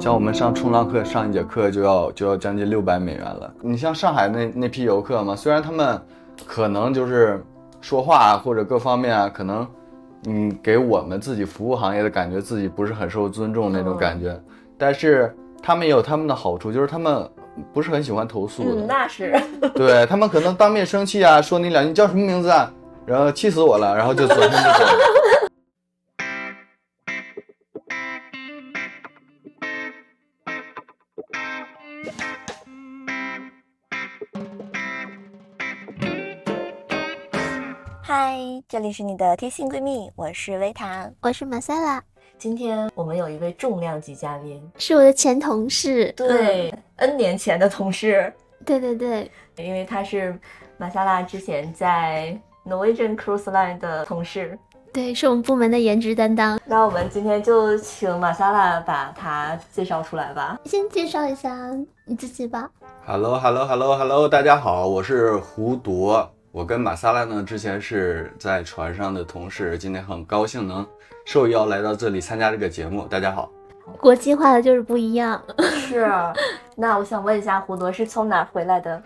像我们上冲浪课，上一节课就要就要将近六百美元了。你像上海那那批游客嘛，虽然他们可能就是说话啊或者各方面啊，可能嗯给我们自己服务行业的感觉自己不是很受尊重那嗯种感觉，但是他们也有他们的好处，就是他们不是很喜欢投诉的。嗯，那是， 对他们可能当面生气啊，说你两句叫什么名字啊，然后气死我了，然后就转身就走了。嗨，这里是你的贴心闺蜜，我是维塔。我是马塞拉，今天我们有一位重量级嘉宾，是我的前同事。嗯对、n 年前的同事，对对对，因为他是马萨拉之前在 Norwegian Cruise Line 的同事。对，是我们部门的颜值担当。那我们今天就请马萨拉把他介绍出来吧。先介绍一下你自己吧。 h e l l o h e l l o h e l l o h e l l o 大家好，我是胡铎。我跟马萨拉呢，之前是在船上的同事，今天很高兴能受邀来到这里参加这个节目。大家好，国际化的就是不一样。是，啊 那我想问一下，胡铎是从哪儿回来的？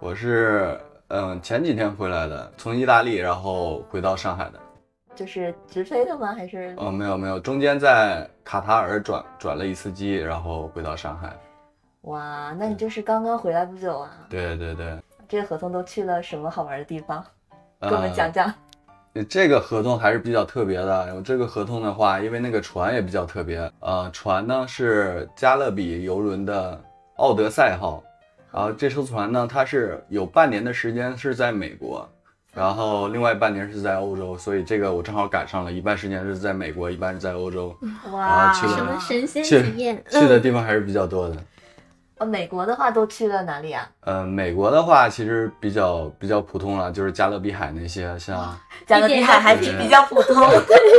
我是嗯前几天回来的，从意大利然后回到上海的。就是直飞的吗？还是？哦，没有没有，中间在卡塔尔转转了一次机，然后回到上海。哇，那你就是刚刚回来不久啊？对对对，这个合同都去了什么好玩的地方？呃给我们讲讲。这个合同还是比较特别的。然后这个合同的话，因为那个船也比较特别，呃，船呢是加勒比游轮的奥德赛号，然后这艘船呢，它是有半年的时间是在美国，然后另外半年是在欧洲，所以这个我正好赶上了，一半时间是在美国，一半是在欧洲，哇，啊去了什么神仙去体验？去的嗯，地方还是比较多的。呃，美国的话都去了哪里啊？呃，美国的话其实比较比较普通了，就是加勒比海那些，像加勒比海还是比较普通。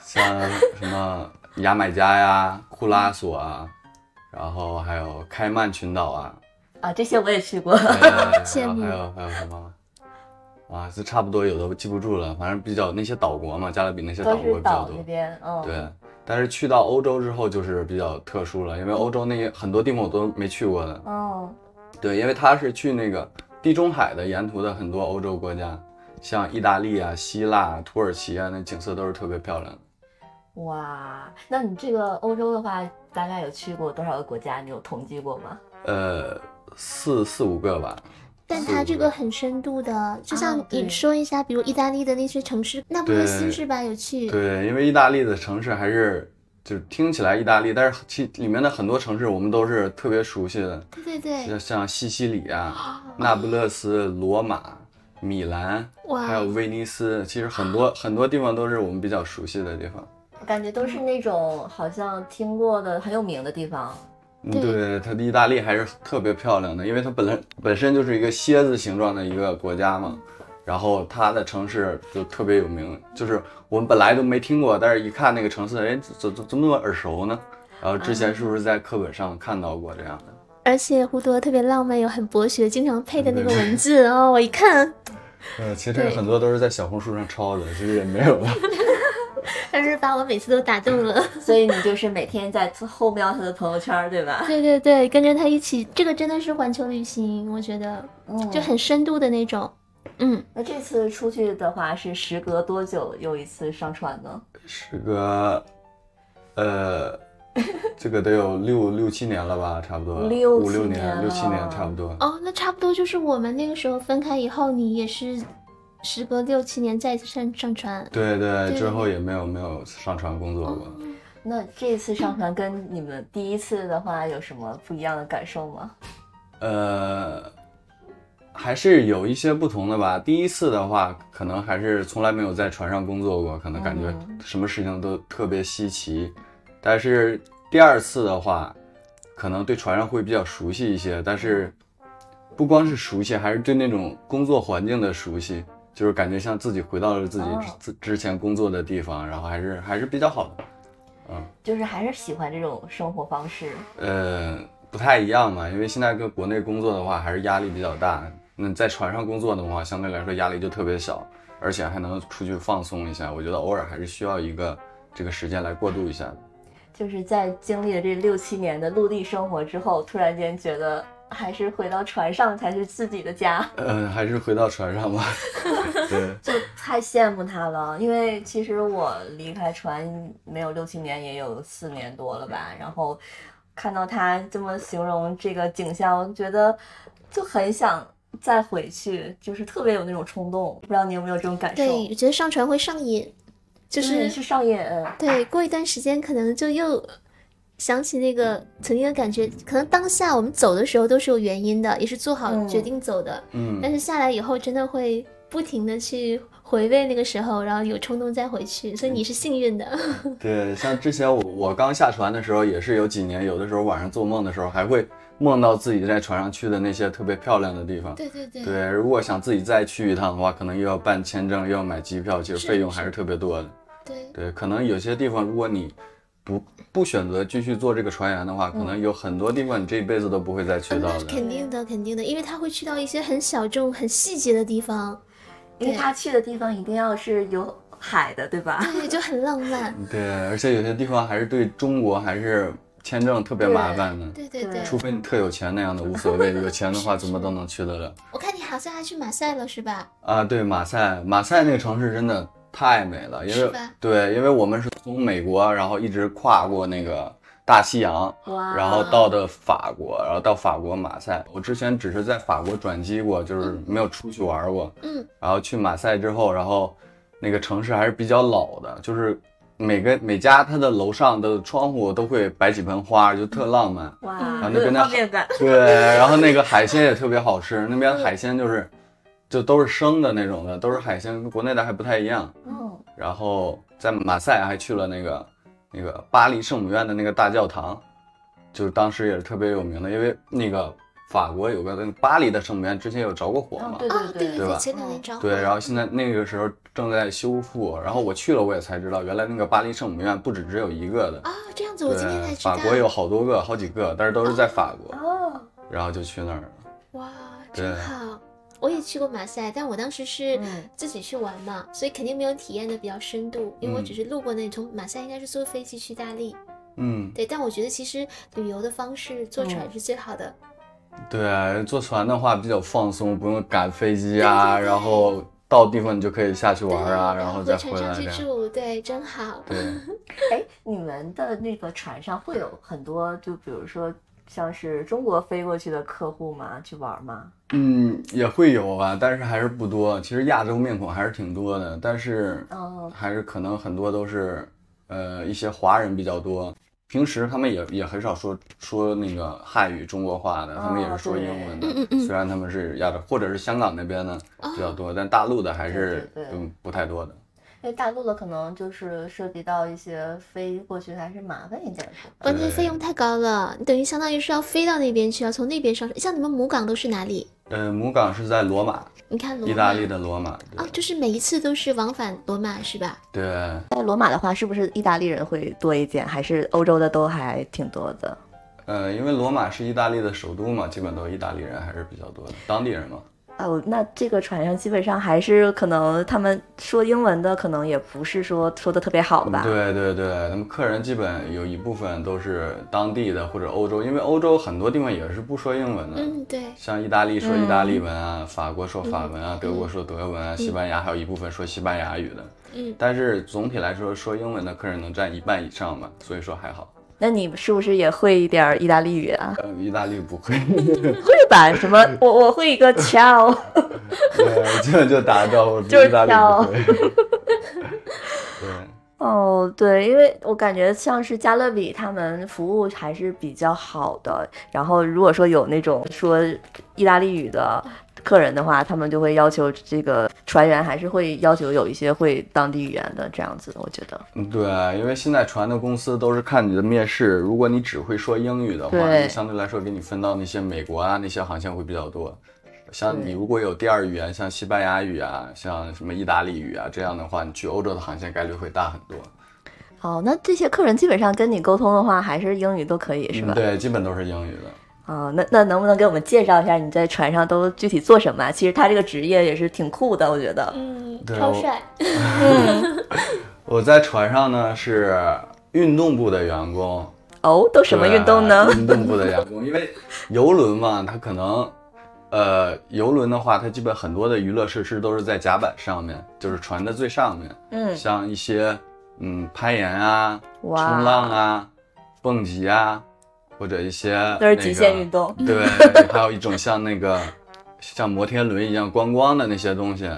像什么牙买加呀、库拉索啊，然后还有开曼群岛 啊，啊，这些我也去过。呃羡慕还有还有什么？啊，这差不多有的记不住了，反正比较那些岛国嘛，加勒比那些岛都国是比较岛多那。边，嗯，对，但是去到欧洲之后就是比较特殊了，因为欧洲那些很多地方我都没去过的。嗯，对，因为他是去那个地中海的沿途的很多欧洲国家，像意大利啊、希腊啊、土耳其啊，那景色都是特别漂亮的。哇，那你这个欧洲的话，大概有去过多少个国家？你有统计过吗？呃，四四五个吧。但四它五这个个很深度的，就像啊对你说一下，比如意大利的那些城市，那不勒斯对是吧？有去？对，因为意大利的城市还是就是听起来意大利，但是其里面的很多城市我们都是特别熟悉的，对对对，哦像像西西里啊、那不勒斯、罗马、米兰，还有哇，威尼斯，其实很多很多地方都是我们比较熟悉的地方。感觉都是那种好像听过的很有名的地 方。嗯对对，它的意大利还是特别漂亮的，因为它本来本身就是一个蝎子形状的一个国家嘛，然后它的城市就特别有名，就是我们本来都没听过，但是一看那个城市，哎，怎怎怎么那么耳熟呢？然后之前是不是在课本上看到过这样的？而且胡铎特别浪漫，有很博学，经常配的那个嗯 文字哦，我一看，呃，其这个对很多都是在小红书上抄的，其实也没 有吧。但是把我每次都打动了。所以你就是每天在后瞄他的朋友圈，对吧？ 对对对，跟着他一起，这个真的是环球旅行，我觉得嗯，就很深度的那种。嗯，那这次出去的话，是时隔多久又一次上船呢？是个，呃，这个得有六六七年了吧，差不多六五六七年年六七年了差不多。哦，那差不多就是我们那个时候分开以后，你也是时隔六七年再一次上上船。对对，之对后也没有没有上船工作过。那这次上船跟你们第一次的话有什么不一样的感受吗？呃，还是有一些不同的吧。第一次的话，可能还是从来没有在船上工作过，可能感觉嗯什么事情都特别稀奇。但是第二次的话，可能对船上会比较熟悉一些，但是不光是熟悉，还是对那种工作环境的熟悉，就是感觉像自己回到了自己哦之之前工作的地方，然后还是还是比较好的。就是还是喜欢这种生活方式。呃，不太一样嘛，因为现在跟国内工作的话，还是压力比较大。那在船上工作的话，相对来说压力就特别小，而 且还能出去放松一下。我觉得偶尔还是需要一个这个时间来过渡一下。就是在经历了这六七年的陆地生活之后，突然间觉得还是回到船上才是自己的家， 呃，还是回到船上吧。对，就太羡慕他了。因为其实我离开船没有六七年，也有四年多了吧。然后看到他这么形容这个景象，我觉得就很想再回去，就是特别有那种冲动。不知道你有没有这种感受？对，我觉得上船会上瘾，就对是是上瘾，嗯对，过一段时间可能就又想起那个曾经的感觉，可能当下我们走的时候都是有原因的，也是做好嗯决定走的，但嗯，是下来以后真的会不停的去回味那个时候，然后有冲动再回去，所以你是幸运的。对，像之前我我刚下船的时候，也是有几年，有的时候晚上做梦的时候，还会梦到自己在船上去的那些特别漂亮的地方。对对对对，如果想自己再去一趟的话，可能又要办签证，又要买机票，其实是费用是还是特别多的。对对，可能有些地方，如果你不不选择继续做这个船员的话，可能有很多地方你这一辈子都不会再去嗯到那是的。肯定的，肯定的，因为他会去到一些很小众、很细节的 地方，因为对他去的地方一定要是有海的，对吧？对，就很浪漫。对，而且有些地方还是对中国还是签证特别麻烦的，对对对，除非你特有钱那样的无所谓，有钱的话怎么都能去得了。我看你好像还去马赛了，是吧？啊，对，马赛，马赛那个城市真的太美了，因是为吧对，因为我们是从美国，然后一直跨过那个大西洋，哇，然后到的法国，然后到法国马赛。我之前只是在法国转机过，就是没有出去玩过。嗯，然后去马赛之后，然后那个城市还是比较老的，就是每个每家它的楼上的窗户都会摆几盆花，就特浪漫。哇，嗯啊那有边点的画面感，对，然后那个海鲜也特别好吃，那边海鲜就是就都是生的那种的，都是海鲜，跟国内的还不太一样。嗯，然后在马赛还去了那个那个巴黎圣母院的那个大教堂，就是当时也是特别有名的，因为那个法国有个那个巴黎的圣母院之前有着过火嗯嘛，对哦，对对对吧前两年着对，火然后现在那个时候正在修复，然后我去了我也才知道，原来那个巴黎圣母院不止只有一个的，哦，这样子我今天才对，知道。法国有好多个，好几个，但是都是在法国，哦，然后就去那儿了。哇，对真好！我也去过马赛，但我当时是嗯自己去玩嘛，所以肯定没有体验的比较深度，因为我嗯只是路过那里。从马赛应该是坐飞机去意大利，嗯，对。但我觉得其实旅游的方式坐船嗯是最好的，对，坐船的话比较放松，不用赶飞机啊，对对对然后到地方你就可以下去玩啊，对然后回再船回来上这去样。住，对，真好。对， 哎，你们的那个船上会有很多，就比如说像是中国飞过去的客户吗？去玩吗？嗯，也会有啊，但是还是不多。其实亚洲面孔还是挺多的，但是嗯哦，还是可能很多都是呃一些华人比较多。平时他们也也很少说说那个汉语中国话的，他们也是说英文的。哦对嗯嗯嗯虽然他们是亚洲或者是香港那边的比较哦，多，但大陆的还是对对对嗯不太多的。因为哎大陆的可能就是涉及到一些飞过去还是麻烦一点，是吧关键费用太高了，你等于相当于是要飞到那边去，要从那边上船。像你们母港都是哪里？呃，母港是在罗马，你看哦罗马，意大利的罗马。对哦，就是每一次都是往返罗马是吧？对，在罗马的话，是不是意大利人会多一点，还是欧洲的都还挺多的？呃，因为罗马是意大利的首都嘛，基本都意大利人还是比较多的，当地人嘛。哦，那这个船上基本上还是可能他们说英文的，可能也不是说说的特别好吧？对对对，那么客人基本有一部分都是当地的或者欧洲，因为欧洲很多地方也是不说英文的，嗯，对，像意大利说意大利嗯文啊，法国说法文啊，德国说德文啊，西班牙还有一部分说西班牙语的。嗯但是总体来说，说英文的客人能占一半以上吧，所以说还好。那你是不是也会一点儿意大利语啊？呃，意大利不会， 会吧？什么？我我会一个 ciao， 对，这就打个招呼，就是意大利挑不会。 对。哦，对，因为我感觉像是加勒比他们服务还是比较好的。然后如果说有那种说意大利语的客人的话，他们就会要求这个船员还是会要求有一些会当地语言的这样子。我觉得，嗯对，因为现在船的公司都是看你的面试，如果你只会说英语的话，对你相对来说给你分到那些美国啊那些航线会比较多。像你对如果有第二语言，像西班牙语啊，像什么意大利语啊这样的话，你去欧洲的航线概率会大很多。哦，那这些客人基本上跟你沟通的话，还是英语都可以，是吧嗯？对，基本都是英语的。啊、那那能不能给我们介绍一下你在船上都具体做什么啊？其实他这个职业也是挺酷的，我觉得。嗯，对超我帅，我在船上呢是运动部的员工，哦，都什么运动呢对？啊运动部的员工，因为游轮嘛，它可能，呃，游轮的话，它基本很多的娱乐设施都是在甲板上面，就是船的最上面，嗯，像一些嗯攀岩啊、冲哇，浪啊、蹦极啊，或者一些那是极限运动。动。对， 还有一种像那个像摩天轮一样光光的那些东西，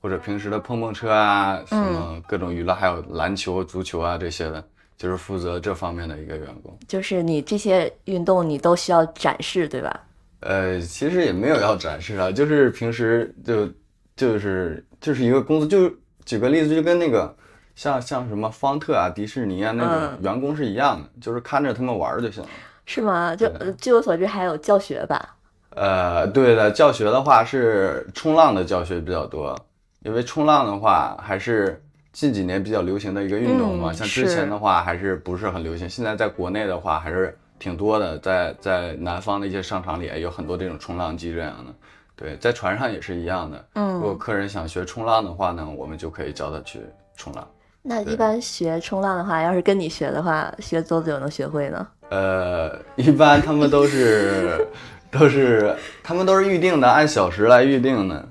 或者平时的碰碰车啊，什嗯么各种娱乐，还有篮球、足球啊这些的，就是负责这方面的一个员工。就是你这些运动你都需要展示，对吧？呃，其实也没有要展示啊，就是平时就就是就是一个工作，就举个例子，就跟那个像像什么方特啊、迪士尼啊那种嗯员工是一样的，就是看着他们玩儿就行了。是吗？就呃对据我所知还有教学吧？呃，对的，教学的话是冲浪的教学比较多，因为冲浪的话还是近几年比较流行的一个运动嘛。嗯像之是前的话还是不是很流行，现在在国内的话还是挺多的，在在南方的一些商场里也有很多这种冲浪机这样的。对，在船上也是一样的。如果嗯，客人想学冲浪的话呢，我们就可以教他去冲浪。那一对般学冲浪的话，要是跟你学的话，学多久能学会呢？呃，一般他们都是都是他们都是预定的，按小时来预定的。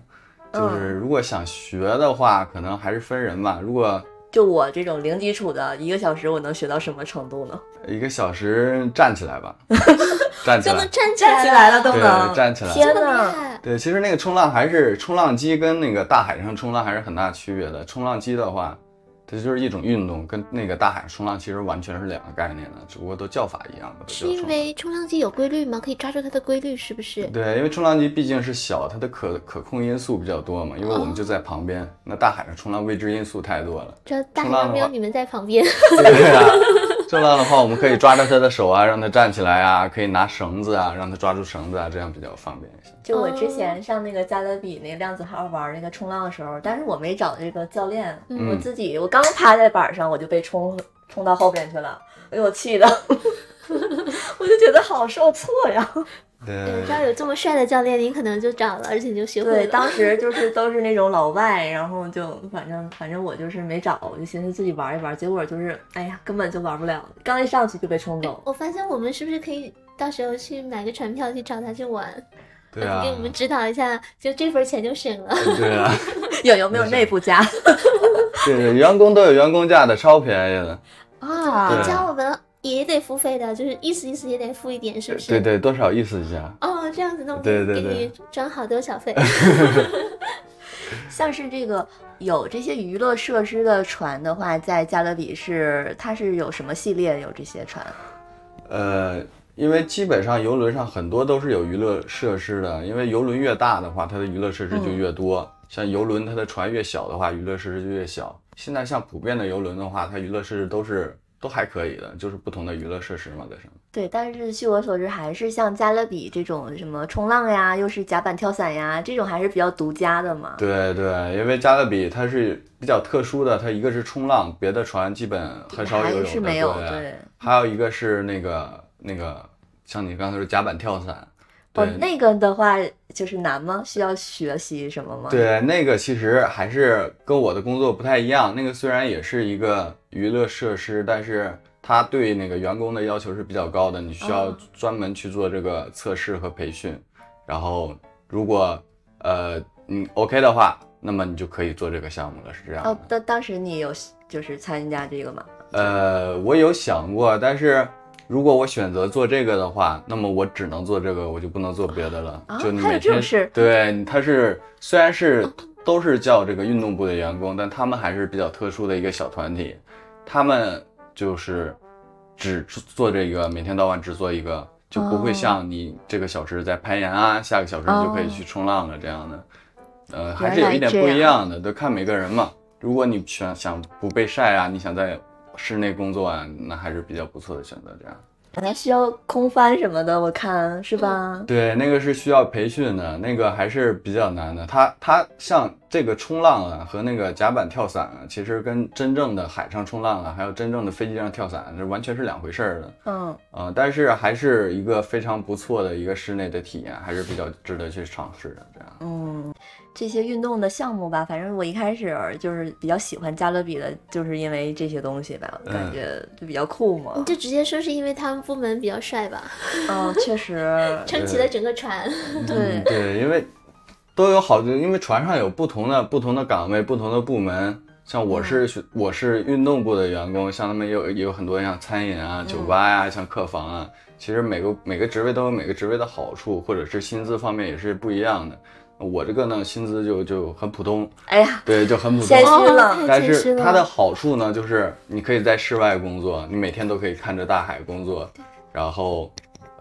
就是如果想学的话，可能还是分人吧。如果就我这种零基础的，一个小时我能学到什么程度呢？一个小时站起来吧，站起就来能，站起站来起来了都都能对，站起来。天这么哪厉害，对，其实那个冲浪还是冲浪机跟那个大海上冲浪还是很大区别的。冲浪机的话，它就是一种运动，跟那个大海冲浪其实完全是两个概念的，只不过都叫法一样的。都是叫因冲浪为冲浪机有规律吗？可以抓住它的规律，是不是？。对，因为冲浪机毕竟是小，它的可可控因素比较多嘛，因为我们就在旁边。那大海上冲浪未知因素太多了 这大海冲浪上的没有话你们在旁边，对啊，冲浪的话，我们可以抓着它的手啊，让它站起来啊，可以拿绳子啊，让它抓住绳子啊，这样比较方便一些。就我之前上那个加勒比那个量子号玩那个冲浪的时候，但是我没找这个教练，嗯我自己我刚趴在板上我就被冲冲到后边去了，给我气的， 我就觉得好受挫呀。 对，对要有这么帅的教练，你可能就找了，而且你就学会对， 了。当时就是都是那种老外，然后就反正反正我就是没找，我就寻思自己玩一玩，结果就是哎呀根本就玩不了，刚一上去就被冲走。我发现我们是不是可以到时候去买个船票去找他去玩？对啊给，我们指导一下，就这份钱就省了。对啊， 有有没有内部加对，员工都有员工价的，超便宜的。啊 对教我们也得付费的，就是意思意思也得付一点，是不是？对。对，多少意思一下。哦，这样子，那我对们对给你对赚好多 小费。像是这个有这些娱乐设施的船的话，在加勒比是它是有什么系列有这些船？啊呃，因为基本上游轮上很多都是有娱乐设施的，因为游轮越大的话，它的娱乐设施就越多。像游轮它的船越小的话，娱乐设施就越小。现在像普遍的游轮的话，它娱乐设施都是都还可以的，就是不同的娱乐设施嘛，在上面。对，但是据我所知，还是像加勒比这种什么冲浪呀，又是甲板跳伞呀，这种还是比较独家的嘛。对对，因为加勒比它是比较特殊的，它一个是冲浪，别的船基本很少有还有是的没有，对对。哦还有一个是那个那个，像你刚才说甲板跳伞，对、哦，那个的话就是难吗？需要学习什么吗？，对，那个其实还是跟我的工作不太一样。那个虽然也是一个娱乐设施，但是它对那个员工的要求是比较高的，你需要哦专门去做这个测试和培训。然后，如果呃你 OK 的话，那么你就可以做这个项目了，是这样的。哦，当当时你有就是参加这个吗？呃，我有想过，但是如果我选择做这个的话，那么我只能做这个，我就不能做别的了。啊就你还有每这种天事对，他是虽然是都是叫这个运动部的员工，但他们还是比较特殊的一个小团体，他们就是只做这个，每天到晚只做一个，就不哦会像你这个小时在攀岩啊，下个小时就可以哦去冲浪了这样的。呃，原还是有来一点这不样一样的，对，看每个人嘛。如果你想想不被晒啊，你想在室内工作啊，那还是比较不错的选择。这样，可能需要空翻什么的，我看是吧？对，那个是需要培训的，那个还是比较难的。它它像这个冲浪啊和那个甲板跳伞啊，其实跟真正的海上冲浪啊，还有真正的飞机上跳伞，这完全是两回事儿的。嗯，呃，但是还是一个非常不错的一个室内的体验，还是比较值得去尝试的。这样，嗯这些运动的项目吧，反正我一开始就是比较喜欢加勒比的，就是因为这些东西吧，嗯感觉就比较酷嘛你。就直接说是因为他们部门比较帅吧， 嗯，确实，撑起了整 个船。对嗯、对，因为都有好，因为船上有不同的不同的岗位、不同的部门。像我是学我是运动部的员工，像他们也有也有很多像餐饮啊、酒吧呀、像客房啊，其实每个每个职位都有每个职位的好处，或者是薪资方面也是不一样的。我这个呢，薪资就就很普通，哎呀，对，就很普通。谦虚了哦太但谦虚是了。它的好处呢，就是你可以在室外工作，你每天都可以看着大海工作，然后，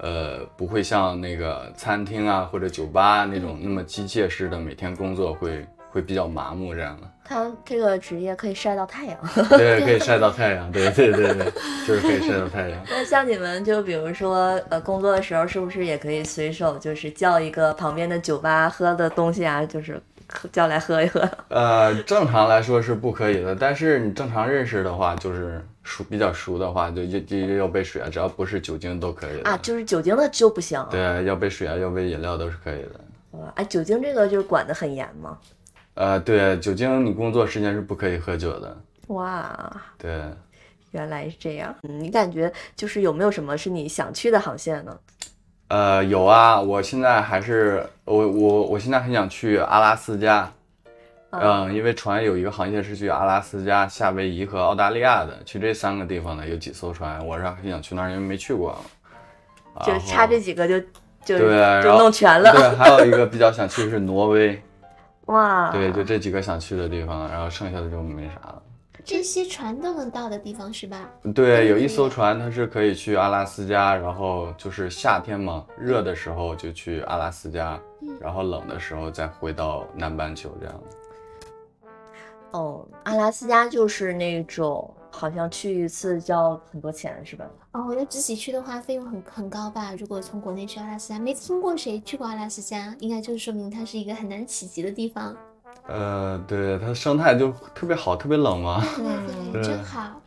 呃，不会像那个餐厅啊或者酒吧那种那么机械式的每天工作会会比较麻木这样的。他这个职业可以晒到太阳。对，可以晒到太阳，对对对对，就是可以晒到太阳。 那像你们就比如说，呃，工作的时候是不是也可以随手就是叫一个旁边的酒吧喝的东西啊，就是喝叫来喝一喝？呃，正常来说是不可以的，但是你正常认识的话，就是熟比较熟的话，就就就要杯水啊，只要不是酒精都可以的。啊，就是酒精的就不行。对，要杯水啊，要杯饮料都是可以的。呃哎，酒精这个就是管得很严嘛。呃，对，酒精你工作时间是不可以喝酒的。哇，对，原来是这样。嗯，你感觉就是有没有什么是你想去的航线呢？呃，有啊，我现在还是我我我现在很想去阿拉斯加，啊嗯，因为船有一个航线是去阿拉斯加、夏威夷和澳大利亚的，去这三个地方呢有几艘船，我是很想去那儿，因为没去过。就然差后这几个就就啊对啊然就后弄全了。对，还有一个比较想去是挪 威，哇，对，就这几个想去的地方，然后剩下的就没啥了。这些船都能到的地方是吧？对，有一艘船，它是可以去阿拉斯加，然后就是夏天嘛，热的时候就去阿拉斯加，嗯然后冷的时候再回到南半球这样。哦，阿拉斯加就是那种好像去一次就要很多钱是吧？哦，那自己去的话，费用很很高吧？如果从国内去阿拉斯加，没听过谁去过阿拉斯加，应该就是说明它是一个很难企及的地方。呃，对，它生态就特别好，特别冷嘛。 对对，真好。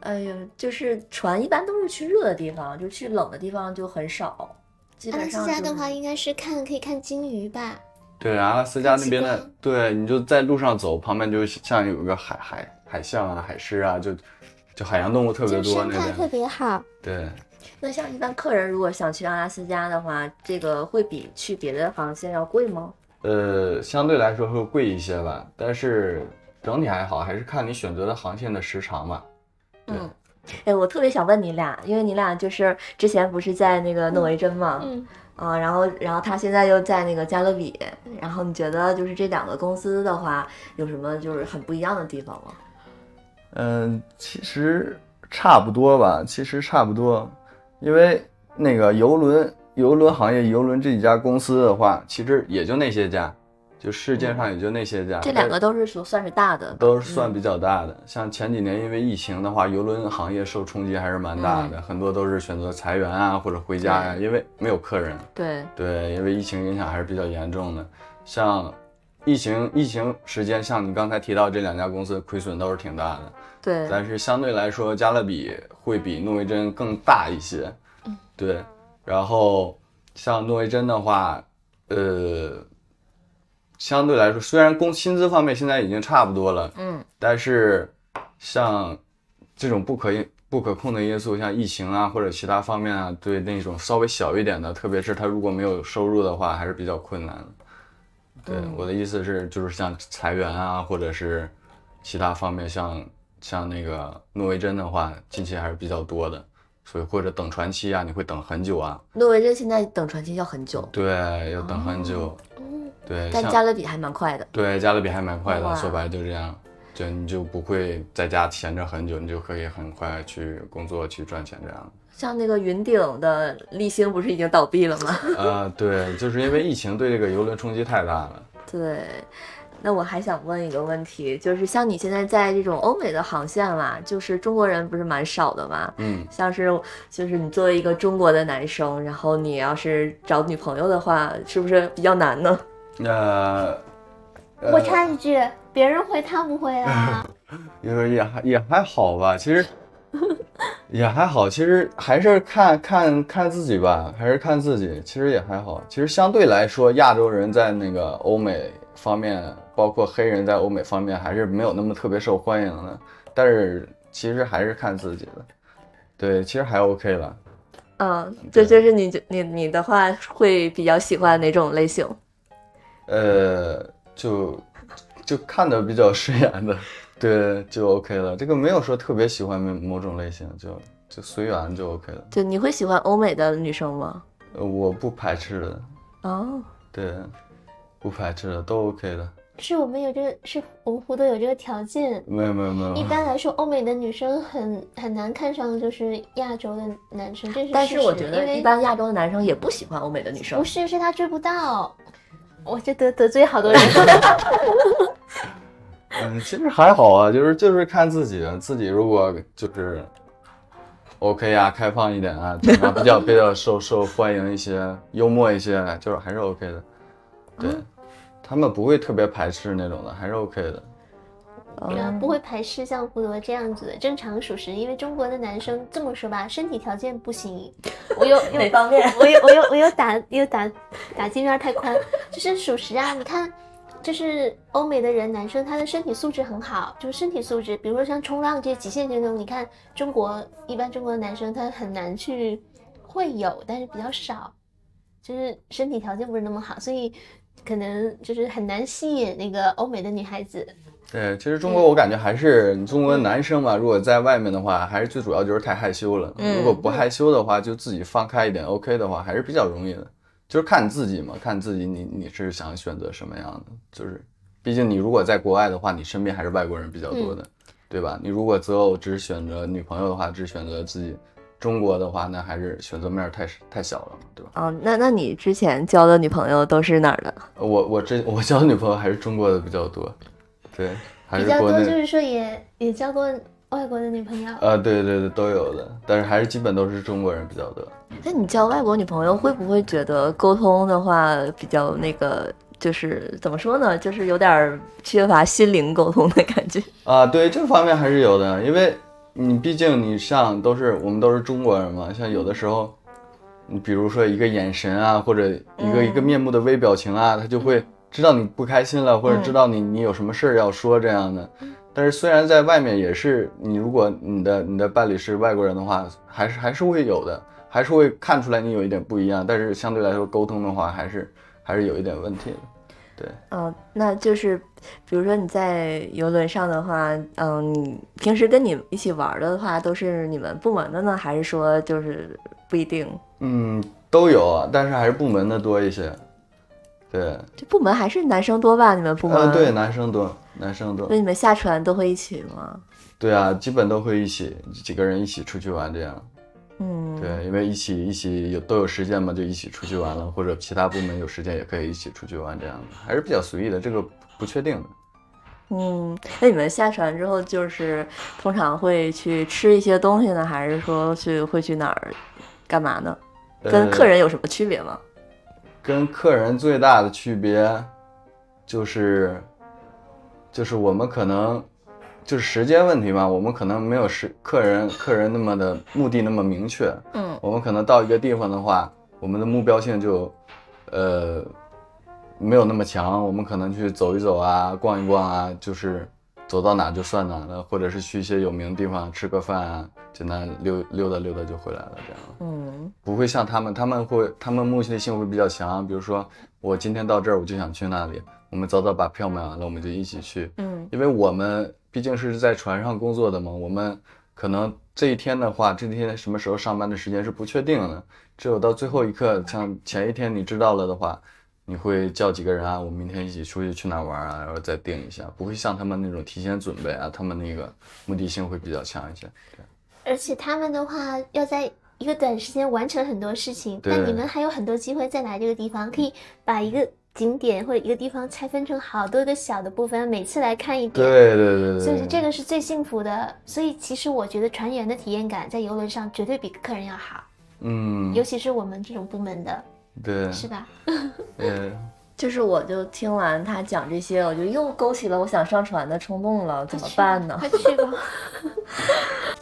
哎呀，就是船一般都是去热的地方，就去冷的地方就很少。基阿拉本上斯加的就是话，应该是看可以看鲸鱼吧？对，阿拉斯加那边很的奇，对，你就在路上走，旁边就像有一个海海海象啊、海狮啊，就就海洋动物特别就多生那态特边。别好。对，那像一般客人如果想去阿拉斯加的话，这个会比去别的航线要贵吗？呃，相对来说会贵一些吧，但是整体还好，还是看你选择的航线的时长吧。对。嗯哎，我特别想问你俩，因为你俩就是之前不是在那个诺维珍吗？嗯，啊，然后然后他现在又在那个加勒比，然后你觉得就是这两个公司的话，有什么就是很不一样的地方吗？嗯，其实差不多吧，其实差不多，因为那个游轮游轮行业游轮这几家公司的话，其实也就那些家，就世界上也就那些家，这两个但都是属算是大的，都是算比较大的。像前几年因为疫情的话，游轮行业受冲击还是蛮大嗯的，很多都是选择裁员啊或者回家呀、因为没有客人。对，对，因为疫情影响还是比较严重的。像疫情疫情时间，像你刚才提到这两家公司亏损都是挺大的。对，但是相对来说，加勒比会比诺维珍更大一些。对。然后像诺维珍的话，呃，相对来说，虽然工薪资方面现在已经差不多了，嗯，但是像这种不可因不可控的因素，像疫情啊或者其他方面啊，对那种稍微小一点的，特别是他如果没有收入的话，还是比较困难的。对，我的意思是，就是像裁员啊，或者是其他方面像，像那个诺维珍的话，近期还是比较多的，所以或者等船期啊，你会等很久啊，诺维珍现在等船期要很久，对，要等很久，嗯对，但像加勒比还蛮快的。对加勒比还蛮快哇的，说白了就这样，就你就不会在家闲着很久，你就可以很快去工作去赚钱这样。 像那个云顶的立星不是已经倒闭了吗？ 呃，对，就是因为疫情对这个游轮冲击太大了。对。那我还想问一个问题，就是像你现在在这种欧美的航线啦，就是中国人不是蛮少的吗？嗯，像是就是你作为一个中国的男生，然后你要是找女朋友的话，是不是比较难呢？那呃我插一句，别人会他不会 啊，也就是也还也还好吧，其实也还好，其实还是看看看自己吧，还是看自己，其实也还好。其实相对来说，亚洲人在那个欧美方面，包括黑人在欧美方面，还是没有那么特别受欢迎的。但是其实还是看自己的，对，其实还 OK 了。嗯，这就是你就你你的话会比较喜欢哪种类型？呃，就就看的比较顺眼的，对，就 OK 了。这个没有说特别喜欢某某种类型，就就随缘就 OK 了。就你会喜欢欧美的女生吗？呃，我不排斥的，哦，对，不排斥的，都 OK 的。是我们有这个，是我们胡德有这个条件。没有没有没有，一般来说，欧美的女生很很难看上就是亚洲的男生，这是但是事我实觉因得为一般亚洲的男生也不喜欢欧美的女生不。是是他追不到。我这得得罪 好多人，嗯，其实还好啊，就是就是看自己，啊自己如果就是 OK 啊，开放一点啊，怎么样比较比较受受欢迎一些，幽默一些，就是还是 OK 的。对，嗯他们不会特别排斥那种的，还是 OK 的。然后嗯不会排斥像胡德这样子的正常属实，因为中国的男生这么说吧，身体条件不行。我有有 哪方面？ 我有我有我有打有打打击面太宽，就是属实啊。你看，就是欧美的人，男生他的身体素质很好，就是身体素质，比如说像冲浪这些极限运动，你看中国一般中国的男生他很难去会有，但是比较少，就是身体条件不是那么好，所以可能就是很难吸引那个欧美的女孩子。对，其实中国嗯我感觉还是中国男生嘛，如果在外面的话，还是最主要就是太害羞了。嗯如果不害羞的话，就自己放开一点，OK 的话，还是比较容易的。就是看你自己嘛，看自己你你是想选择什么样的。就是，毕竟你如果在国外的话，你身边还是外国人比较多嗯的，对吧？你如果择偶只选择女朋友的话，只选择自己中国的话，那还是选择面儿太太小了，对吧？哦，那那你之前交的女朋友都是哪儿的？我我这我交的女朋友还是中国的比较多，对，还比是较国多内就是说也也交过外国的女朋友，呃，对对对，都有的，但是还是基本都是中国人比较多。那你交外国女朋友会不会觉得沟通的话比较那个，就是怎么说呢，就是有点儿缺乏心灵沟通的感觉？啊，对这方面还是有的，因为你毕竟你像都是我们都是中国人嘛，像有的时候，你比如说一个眼神啊，或者一个、一个面部的微表情啊，他就会知道你不开心了，或者知道你你有什么事儿要说这样的。但是虽然在外面也是，你如果你的你的伴侣是外国人的话，还是还是会有的，还是会看出来你有一点不一样，但是相对来说沟通的话，还是还是有一点问题的。嗯，那就是，比如说你在游轮上的话，嗯，你平时跟你一起玩儿的话，都是你们部门的呢，还是说就是不一定？嗯，都有，啊，但是还是部门的多一些。对，这部门还是男生多吧？你们部门？嗯，对，。男生多，男生多那。你们下船都会一起吗？对啊，基本都会一起几个人一起出去玩这样。嗯，对，因为一起一起有都有时间嘛，就一起出去玩了，或者其他部门有时间也可以一起出去玩这样的，还是比较随意的，这个不确定的。嗯，那你们下船之后，就是通常会去吃一些东西呢，还是说去会去哪儿干嘛呢？跟呃客人有什么区别吗？跟客人最大的区别就是，就是我们可能就是时间问题吧，我们可能没有时客人客人那么的目的那么明确。嗯，我们可能到一个地方的话，我们的目标性就，呃，没有那么强。我们可能去走一走啊，逛一逛啊，就是走到哪就算哪了，或者是去一些有名地方吃个饭啊，简单溜溜达溜达就回来了，这样。嗯，不会像他们，他们会，他们目的性会比较强。比如说，我今天到这儿，我就想去那里，我们早早把票买完了，我们就一起去。嗯，因为我们毕竟是在船上工作的嘛，我们可能这一天的话，这一天什么时候上班的时间是不确定的。只有到最后一刻，像前一天你知道了的话，你会叫几个人啊，我们明天一起出去去哪儿玩啊，然后再定一下。不会像他们那种提前准备啊，他们那个目的性会比较强一些。而且他们的话要在一个短时间完成很多事情，对那你们还有很多机会再来这个地方，可以把一个景点或者一个地方拆分成好多个小的部分，每次来看一点。对对对对。所以这个是最幸福的，所以其实我觉得船员的体验感在游轮上绝对比客人要好，嗯尤，其是我们这种部门的，对，是吧？呃，就是我就听完他讲这些，我就又勾起了我想上船的冲动了，怎么办呢？ 快去吧。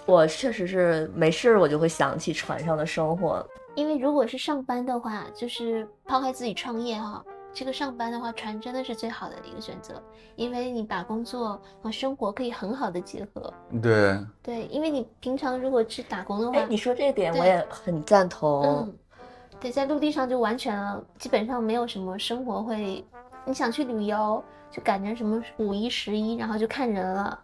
我确实是没事，我就会想起船上的生活。因为如果是上班的话，就是抛开自己创业哈、这个上班的话，船真的是最好的一个选择，因为你把工作和生活可以很好的结合。对，对，因为你平常如果是打工的话，哎，你说这点对我也很赞同嗯。，对，在陆地上就完全了，基本上没有什么生活会，你想去旅游就赶着什么五一、十一，然后就看人了，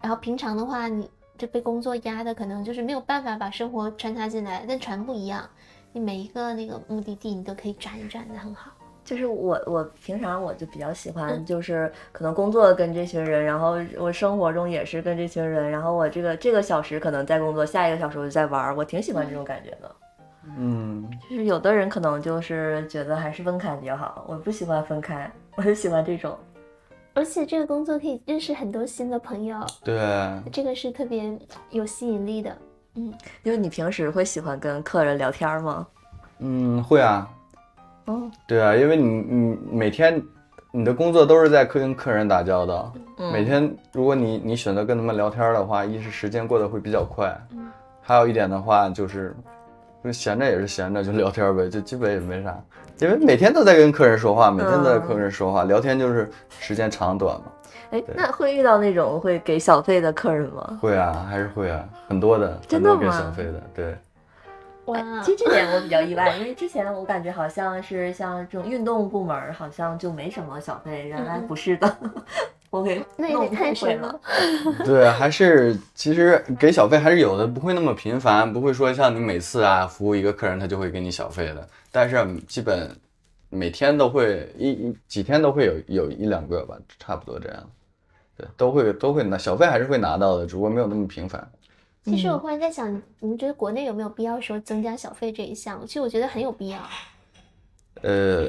然后平常的话你就被工作压的，可能就是没有办法把生活穿插进来，但船不一样，你每一个那个目的地你都可以转一转的很好。就是我，我平常我就比较喜欢，嗯就是可能工作跟这群人，然后我生活中也是跟这群人，然后我这个这个小时可能在工作，下一个小时我就在玩儿，我挺喜欢这种感觉的。嗯，就是有的人可能就是觉得还是分开比较好，我不喜欢分开，我就喜欢这种。而且这个工作可以认识很多新的朋友，对，这个是特别有吸引力的。就是你平时会喜欢跟客人聊天吗？嗯，会啊，哦，对啊，因为你你每天你的工作都是在跟客人打交道，嗯每天如果你你选择跟他们聊天的话，一是时间过得会比较快，嗯还有一点的话就是，就闲着也是闲着就聊天呗，就基本也没啥，因为每天都在跟客人说话，每天都在跟客人说话，聊天就是时间长短嘛。哎，那会遇到那种会给小费的客人吗？会啊，还是会啊，很多的，真的很多给吗小费的，对，哇，哎其实这点我比较意外，因为之前我感觉好像是像这种运动部门儿好像就没什么小费，原来不是的。 我给嗯那也得弄看误会什了么。。 对，还是其实给小费还是有的，不会那么频繁，不会说像你每次啊服务一个客人他就会给你小费的，但是基本每天都会一一几天都会有有一两个吧，差不多这样。对，都会都会拿小费还是会拿到的，只不过没有那么频繁。其实我忽然在想，你们觉得国内有没有必要说增加小费这一项？其实我觉得很有必要。呃，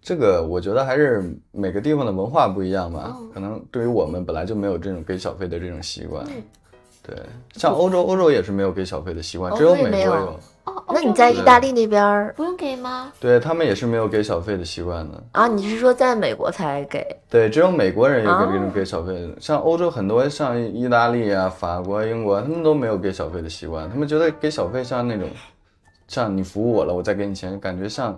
这个我觉得还是每个地方的文化不一样吧，哦嗯可能对于我们本来就没有这种给小费的这种习惯。嗯对，像欧洲，欧洲也是没有给小费的习惯，欧只有洲也美国没有有。哦，那欧洲你在不意大利那边儿不用给吗？对他们也是没有给小费的习惯的，啊，你是说在美国才给？对，只有美国人有给这种哦给小费的。像欧洲很多，像意大利啊、法国、英国，他们都没有给小费的习惯。他们觉得给小费像那种，像你服务我了，我再给你钱，感觉像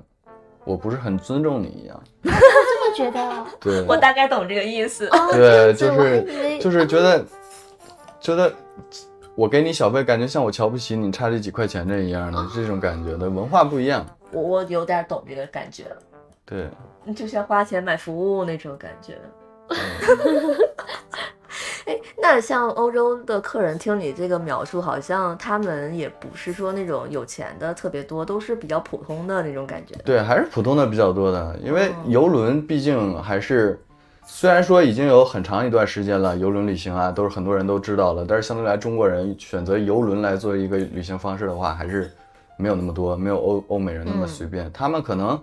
我不是很尊重你一样。这么觉得？对， 我大概懂这个意思。哦，对，这就样子我还以是为就是觉得觉得我给你小费，感觉像我瞧不起你，差这几块钱这一样的这种感觉的文化不一样。我我有点懂这个感觉了，对，就像花钱买服务那种感觉。 哎，那像欧洲的客人，听你这个描述，好像他们也不是说那种有钱的特别多，都是比较普通的那种感觉。对，还是普通的比较多的，因为哦游轮毕竟还是，虽然说已经有很长一段时间了，游轮旅行啊，都是很多人都知道了，但是相对来中国人选择游轮来做一个旅行方式的话，还是没有那么多，没有欧欧美人那么嗯随便，他们可能。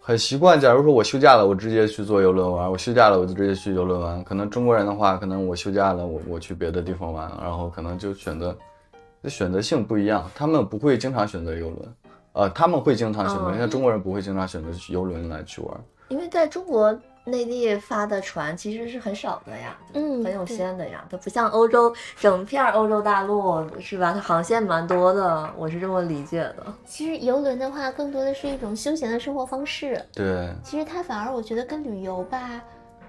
很习惯，假如说我休假了，我直接去坐游轮玩；我休假了，我就直接去游轮玩。可能中国人的话，可能我休假了，我我去别的地方玩，然后可能就选择，就选择性不一样。他们不会经常选择游轮，呃，他们会经常选择，嗯像中国人不会经常选择游轮来去玩。因为在中国内地发的船其实是很少的呀，嗯很有对限的呀，它不像欧洲整片儿欧洲大陆是吧？它航线蛮多的，我是这么理解的。其实游轮的话，更多的是一种休闲的生活方式。对，其实它反而我觉得跟旅游吧，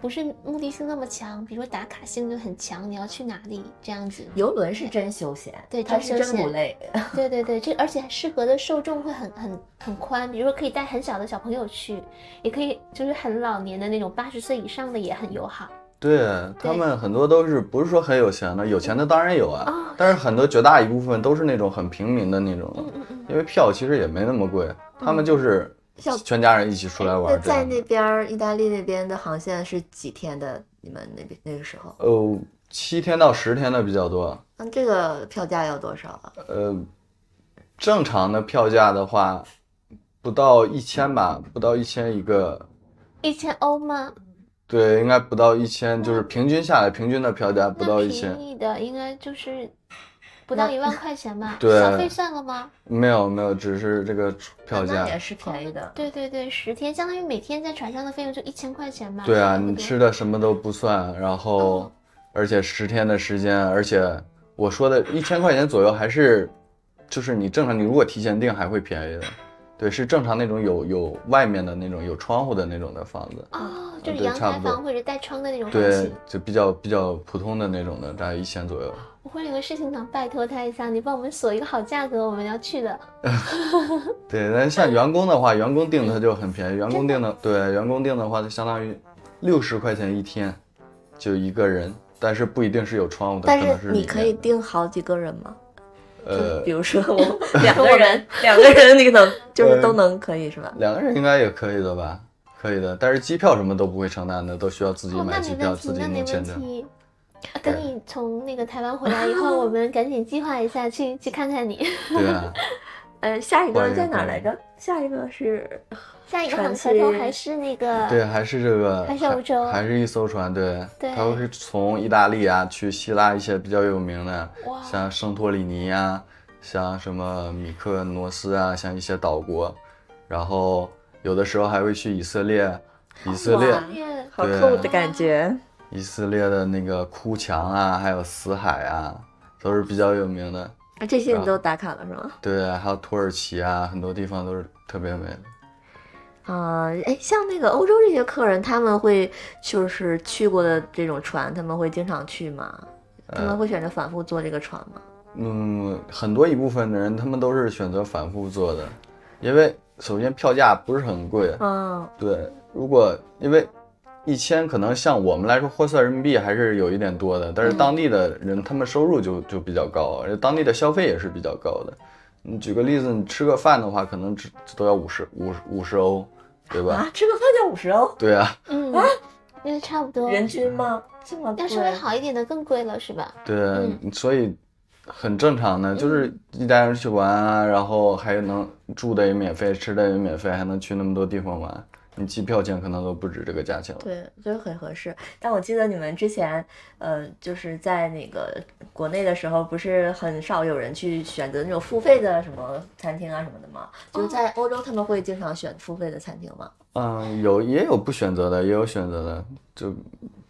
不是目的性那么强，比如说打卡性就很强，你要去哪里这样子。 游轮是真休闲，对它真是休真不 闲累。对对对，这而且适合的受众会很很很宽，比如说可以带很小的小朋友去，也可以就是很老年的那种，八十岁以上的也很友好。对他们很多都是不是说很有钱的，有钱的当然有嗯啊，哦但是很多绝大一部分都是那种很平民的那种了，嗯嗯嗯，因为票其实也没那么贵，他们就是像全家人一起出来玩那儿这样呃在的。那边儿意大利那边的航线是几天的？你们那边那个时候，呃，七天到十天的比较多。那这个票价要多少啊？呃，正常的票价的话，不到一千吧，不到一千一个。一千欧吗？对，应该不到一千，就是平均下来，平均的票价不那到一千便。宜的应该就是不到一万块钱嘛，对小费算了吗？没有没有，只是这个票那价。也是便宜的。对对对，十天相当于每天在船上的费用就一千块钱嘛。对啊，差不多你吃的什么都不算，然后哦嗯而且十天的时间，而且我说的一千块钱左右还是，就是你正常，你如果提前订还会便宜的，对，是正常那种有有外面的那种有窗户的那种的房子，哦，就嗯是对阳差台不多房或者带窗的那种房对型。，就比较比较普通的那种的，大概一千左右。我会有个事情想拜托他一下，你帮我们锁一个好价格，我们要去的。对，但是嗯像员工的话，员工订的它就很便宜，员工订的对，员工订的话，它相当于六十块钱一天，就一个人，但是不一定是有窗户的，但可能是是你里可面以的定好几个人吗？呃比如说 我两个人，两个人你能呃就是都能可以是吧？两个人应该也可以的吧？可以的，但是机票什么都不会承担的，都需要自己哦，那买没机票，问题自，己那没弄签问证。题。啊等你从那个台湾回来以后，我们赶紧计划一下去去看看你。 对啊，呃，下一欢个迎在哪欢儿来迎着？下一个是下一个传航合同奇还是那个对，啊还是这个，还是欧洲还是一艘船，对，对它会从意大利啊去希腊一些比较有名的，哇像圣托里尼啊，像什么米克罗斯啊，像一些岛国，然后有的时候还会去以色列，以色列哇，耶好对啊酷的感觉。以色列的那个哭墙啊，还有死海啊，都是比较有名的。啊这些啊你都打卡了是吗？对，还有土耳其啊，很多地方都是特别美的。啊、哎，像那个欧洲这些客人，他们会就是去过的这种船，他们会经常去吗？他们会选择反复坐这个船吗？嗯，很多一部分的人他们都是选择反复做的，因为首先票价不是很贵。嗯，对，如果因为一千可能像我们来说换算人民币还是有一点多的，但嗯是当地的人他们收入就就比较高，而且当地的消费也是比较高的。你举个例子，你吃个饭的话，可能只都要五十五五十欧，对吧？啊，吃个饭就五十欧，对啊，嗯，因为差不多。人均吗？这么贵啊要稍微好一点的更贵了，是吧？对，嗯所以很正常的，就是一家人去玩啊，然后还有能住的也免费，吃的也免费，还能去那么多地方玩。你机票钱可能都不止这个价钱了。对，就是很合适。但我记得你们之前，呃，就是在那个国内的时候，不是很少有人去选择那种付费的什么餐厅啊什么的吗？就是在欧洲，他们会经常选付费的餐厅吗？嗯，有也有不选择的，也有选择的，就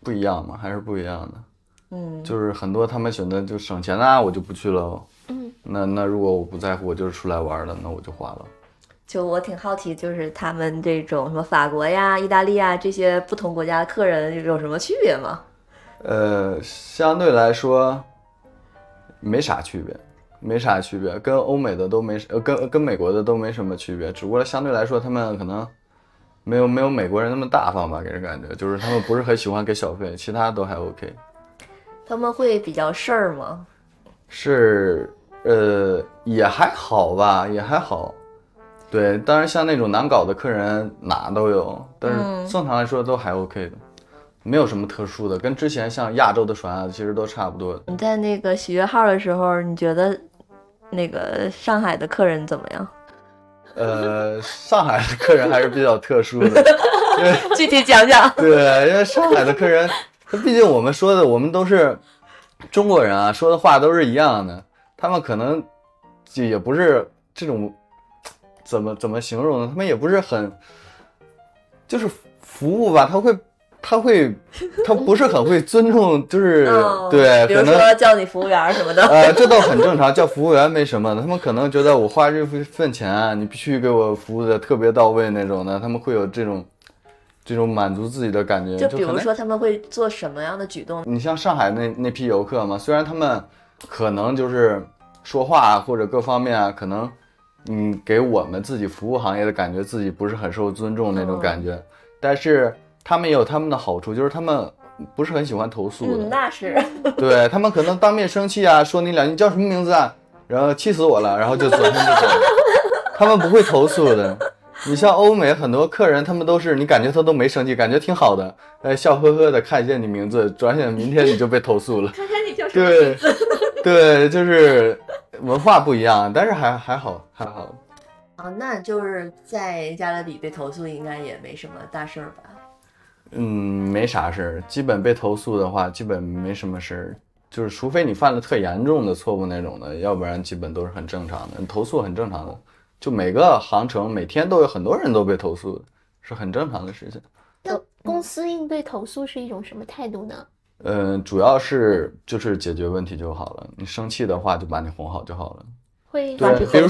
不一样嘛，还是不一样的。嗯，就是很多他们选择就省钱啦、我就不去喽。嗯，那那如果我不在乎，我就是出来玩了，那我就花了。就我挺好奇，就是他们这种什么法国呀、意大利呀这些不同国家的客人有什么区别吗？呃，相对来说没啥区别，没啥区别，跟欧美的都没，呃，跟跟美国的都没什么区别，只不过相对来说他们可能没有没有美国人那么大方吧，给人感觉就是他们不是很喜欢给小费，其他都还 OK。他们会比较事儿吗？是，呃，也还好吧，也还好。对，当然像那种难搞的客人哪都有，但嗯是正常来说都还 OK 的，没有什么特殊的，跟之前像亚洲的船啊，其实都差不多的。你在那个喜悦号的时候，你觉得那个上海的客人怎么样？ 呃，上海的客人还是比较特殊的，因为具体讲讲。对，因为上海的客人，他毕竟我们说的，我们都是中国人啊，说的话都是一样的，他们可能就也不是这种怎么怎么形容呢？他们也不是很，就是服务吧，他会。他会，他不是很会尊重，就是、对，嗯哦比可如能说叫你服务员什么的。呃，这倒很正常，叫服务员没什么的。他们可能觉得我花这份钱啊，你必须给我服务的特别到位那种的，他们会有这种这种满足自己的感觉。就就比可如能说他们会做什么样的举动？你像上海那那批游客嘛，虽然他们可能就是说话啊或者各方面啊，可能嗯给我们自己服务行业的感觉自己不是很受尊重那嗯种感觉，但是他们也有他们的好处，就是他们不是很喜欢投诉的。嗯，那是。 对他们可能当面生气啊，说你两你叫什么名字啊，然后气死我了，然后就转身就走了。他们不会投诉的。你像欧美很多客人，他们都是你感觉他都没生气，感觉挺好的，哎，笑呵呵的看一下你名字，转眼明天你就被投诉了。看看你叫什么？对，对，就是文化不一样，但是还还好还好。啊，那就是在加勒比被投诉，应该也没什么大事儿吧？嗯，没啥事儿，基本被投诉的话，基本没什么事儿。就是除非你犯了特严重的错误那种的，要不然基本都是很正常的，投诉很正常的。就每个航程每天都有很多人都被投诉，是很正常的事情。那公司应对投诉是一种什么态度呢？嗯，主要是就是解决问题就好了。你生气的话，就把你哄好就好了。会把你对，哄比如好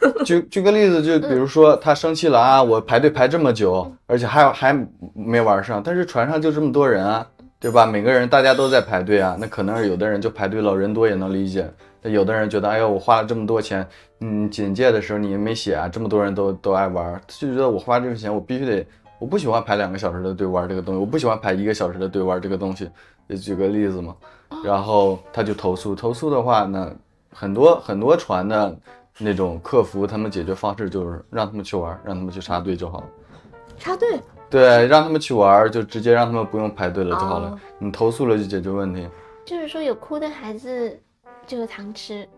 说， 举举个例子，就比如说他生气了啊，我排队排这么久，而且还有还没玩上，但是船上就这么多人啊，对吧？每个人大家都在排队啊，那可能有的人就排队了，人多也能理解。那有的人觉得，哎呀，我花了这么多钱，嗯，简介的时候你也没写啊，这么多人都都爱玩，就觉得我花这个钱，我必须得，我不喜欢排两个小时的队玩这个东西，我不喜欢排一个小时的队玩这个东西。也举个例子嘛，然后他就投诉，投诉的话呢，很多很多船的那种客服，他们解决方式就是让他们去玩，让他们去插队就好了。啊插队，对，让他们去玩，就直接让他们不用排队了就好了。哦你投诉了就解决问题。就是说有哭的孩子就有糖吃，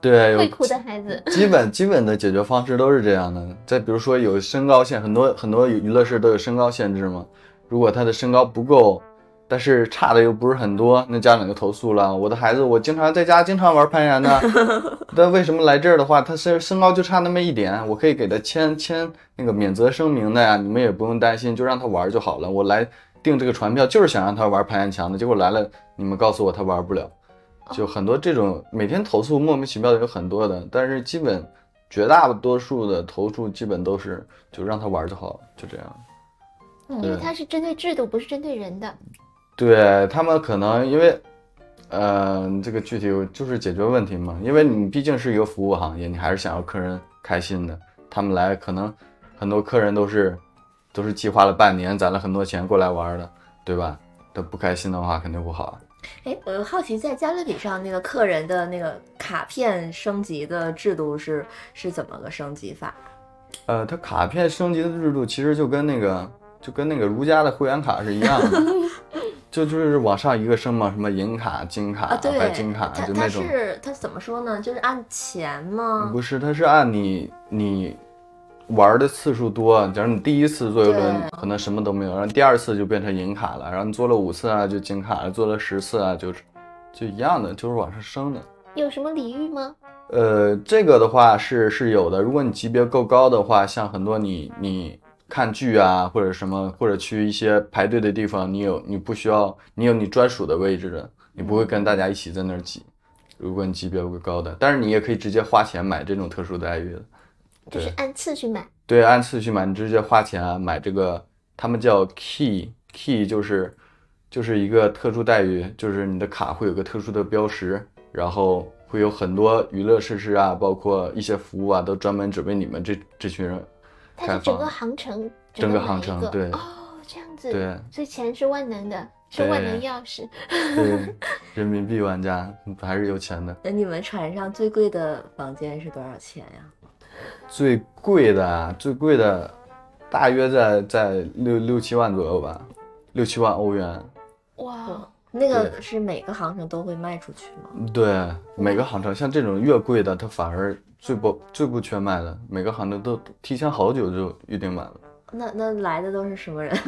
对，有会哭的 孩子。基本基本的解决方式都是这样的。再比如说有身高限，很多很多娱乐室都有身高限制嘛。如果他的身高不够，但是差的又不是很多，那家长就投诉了。我的孩子，我经常在家经常玩攀岩呢，但为什么来这儿的话，他身身高就差那么一点，我可以给他签签那个免责声明的呀，你们也不用担心，就让他玩就好了。我来订这个船票就是想让他玩攀岩墙的，结果来了，你们告诉我他玩不了。就很多这种每天投诉莫名其妙的有很多的，但是基本绝大多数的投诉基本都是就让他玩就好，就这样。嗯因为它是针对制度，不是针对人的。对他们可能因为，呃，这个具体就是解决问题嘛，因为你毕竟是一个服务行业，你还是想要客人开心的。他们来可能很多客人都是都是计划了半年，攒了很多钱过来玩的，对吧？他不开心的话肯定不好啊。哎，我好奇，在加勒比上那个客人的那个卡片升级的制度是是怎么个升级法？呃，它卡片升级的制度其实就跟那个就跟那个如家的会员卡是一样 的，就就是往上一个升嘛，什么银卡、金卡、啊，对白，金卡，它就它那种。嗯是它怎么说呢？就是按钱吗？不是，它是按你你玩的次数多，假如你第一次做游轮对可能什么都没有，然后第二次就变成银卡了，然后你做了五次啊就金卡了，做了十次啊就是就一样的，就是往上升的。有什么礼遇吗？呃，这个的话是是有的。如果你级别够高的话，像很多你你看剧啊，或者什么，或者去一些排队的地方，你有你不需要，你有你专属的位置的，你不会跟大家一起在那儿挤。如果你级别够高的，但是你也可以直接花钱买这种特殊待遇的。就是对按次去买。对，按次序买，你直接花钱啊，买这个，他们叫 key key，就是就是一个特殊待遇，就是你的卡会有个特殊的标识，然后会有很多娱乐设施啊，包括一些服务啊，都专门只为你们这这群人它开是整个放。航程，整个个航买一程个对哦，这样子。对，所以钱是万能的，是万能钥匙。对，人民币玩家还是有钱的。那你们船上最贵的房间是多少钱呀？最贵的啊，最贵的大约在在六六七万左右吧，六七万欧元。哇，那个是每个航程都会卖出去吗？对，每个航程像这种越贵的，它反而最不最不缺卖的，每个航程都提前好久就预定满了。那那来的都是什么人？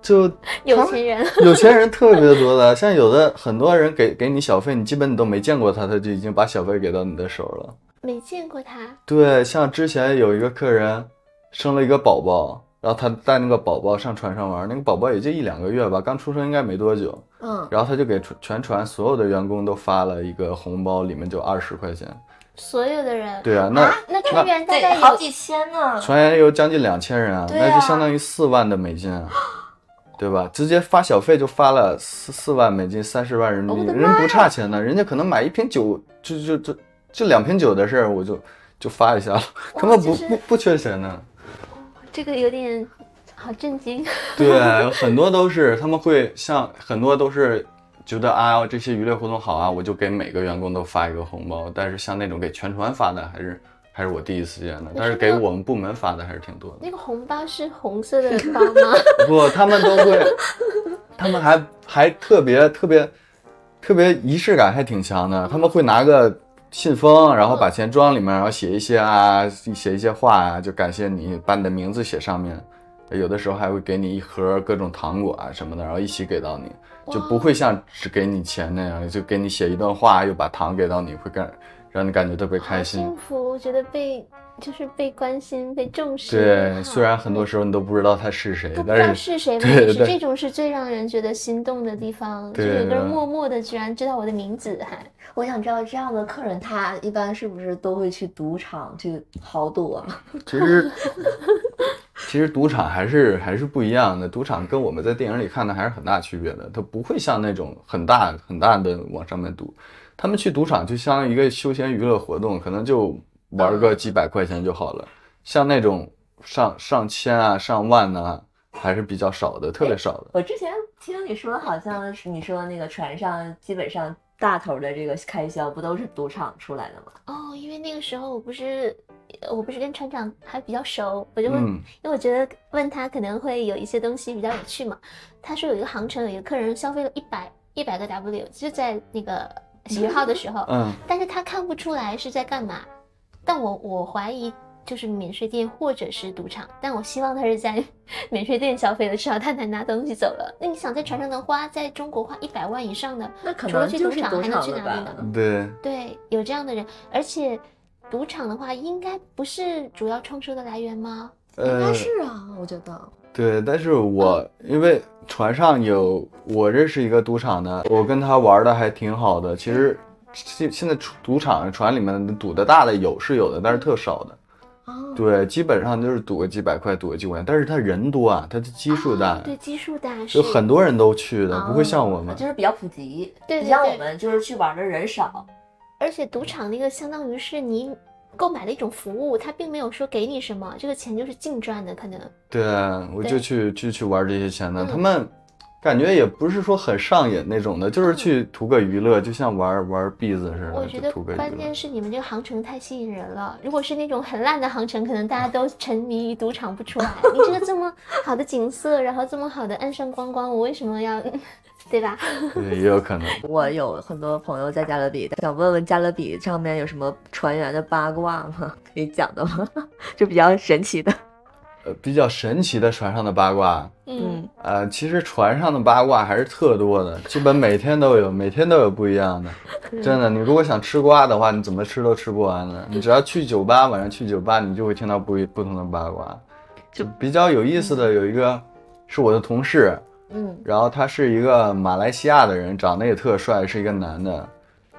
就有钱人有钱人特别多的，像有的很多人给给你小费，你基本你都没见过他，他就已经把小费给到你的手了。没见过他，对，像之前有一个客人生了一个宝宝，然后他带那个宝宝上船上玩，那个宝宝也就一两个月吧，刚出生应该没多久， 嗯，然后他就给全全船所有的员工都发了一个红包，里面就二十块钱。所有的人。对啊，那那船员大概得有好几千呢。船员有将近两千人啊，对啊那就相当于四万的美金 啊，对吧？直接发小费就发了四四万美金，三十万人民我币，的妈人不差钱呢，人家可能买一瓶酒，就就就就两瓶酒的事儿，我就就发一下了，他们不就是不不缺钱呢。这个有点好震惊。 对，很多都是他们会像很多都是觉得啊这些娱乐活动好啊，我就给每个员工都发一个红包，但是像那种给全船发的还是。还是我第一次见的，但是给我们部门发的还是挺多的。那个红包是红色的包吗？不，他们都会，他们还还特别特别特别仪式感还挺强的，他们会拿个信封，然后把钱装里面，然后写一些啊，写一些话啊，就感谢你把你的名字写上面，有的时候还会给你一盒各种糖果啊什么的，然后一起给到你，就哇不会像只给你钱那样，就给你写一段话，又把糖给到你，会感让你感觉特别好开心幸。福，我觉得被就是被关心、被重视。对，虽然很多。多时候你都不知道他是谁都，不知道但是是谁吗？对就是对这种是最让人觉得心动的地方，就对是有个人对默默的居然知道我的名字，还 我想知道这样的客人，他一般是不是都会去赌场去豪赌啊？ 其实 其实赌场还是还是不一样的，赌场跟我们在电影里看的还是很大区别的，它不会像那种很大很大的往上面赌，他们去赌场就相当于一个休闲娱乐活动，可能就玩嗯个几百块钱就好了，像那种上上千啊上万呐、还是比较少的，特别少的。我之前听你说，好像是你说那个船上基本上大头的这个开销不都是赌场出来的吗？哦，因为那个时候我不是呃我不是跟船长还比较熟，我就问，嗯，因为我觉得问他可能会有一些东西比较有趣嘛。他说有一个航程，有一个客人消费了一百一百个 W，就在那个十号的时候，嗯，但是他看不出来是在干嘛。但我我怀疑就是免税店或者是赌场，但我希望他是在 免税店消费了，至少他才拿东西走了。那你想在船上能花，在中国花一百万以上的，那可除了能去就是场赌还能场去了哪里吧呢？？嗯对，对，有这样的人，而且赌场的话，应该不是主要创收的来源吗？应该呃，是啊，我觉得。嗯对，但是我因为船上有我认识一个赌场的，我跟他玩的还挺好的。其实现现在出赌场船里面赌的大的有是有的，但是特少的。哦，对，基本上就是赌个几百块，赌个几百块，但是他人多啊，他的基数大，啊对，基数大就是很多人都去的，不会像我啊们。就是比较普及，对对你像对我们就是去玩的人少，而且赌场那个相当于是你购买的一种服务，它并没有说给你什么，这个钱就是净赚的，可能。对，我就对去就去玩这些钱的，嗯他们感觉也不是说很上瘾那种的，嗯就是去图个娱乐，就像玩玩币子似的，我觉呃就得图个娱关乐键。是你们这个航程太吸引人了。如果是那种很烂的航程，可能大家都沉迷于赌场不出来。你这个这么好的景色，然后这么好的岸上观光，我为什么要， 对吧？ 对，也有可能。我有很多朋友在加勒比，想问问加勒比上面有什么船员的八卦吗？ 可以讲的吗？就比较神奇的。呃，比较神奇的船上的八卦，嗯，呃，其实船上的八卦还是特多的，基本每天都有，每天都有不一样的。嗯真的，你如果想吃瓜的话，你怎么吃都吃不完的。你只要去酒吧，晚上去酒吧，你就会听到不一不同的八卦。就比较有意思的有一个是我的同事，嗯，然后他是一个马来西亚的人，长得也特帅，是一个男的。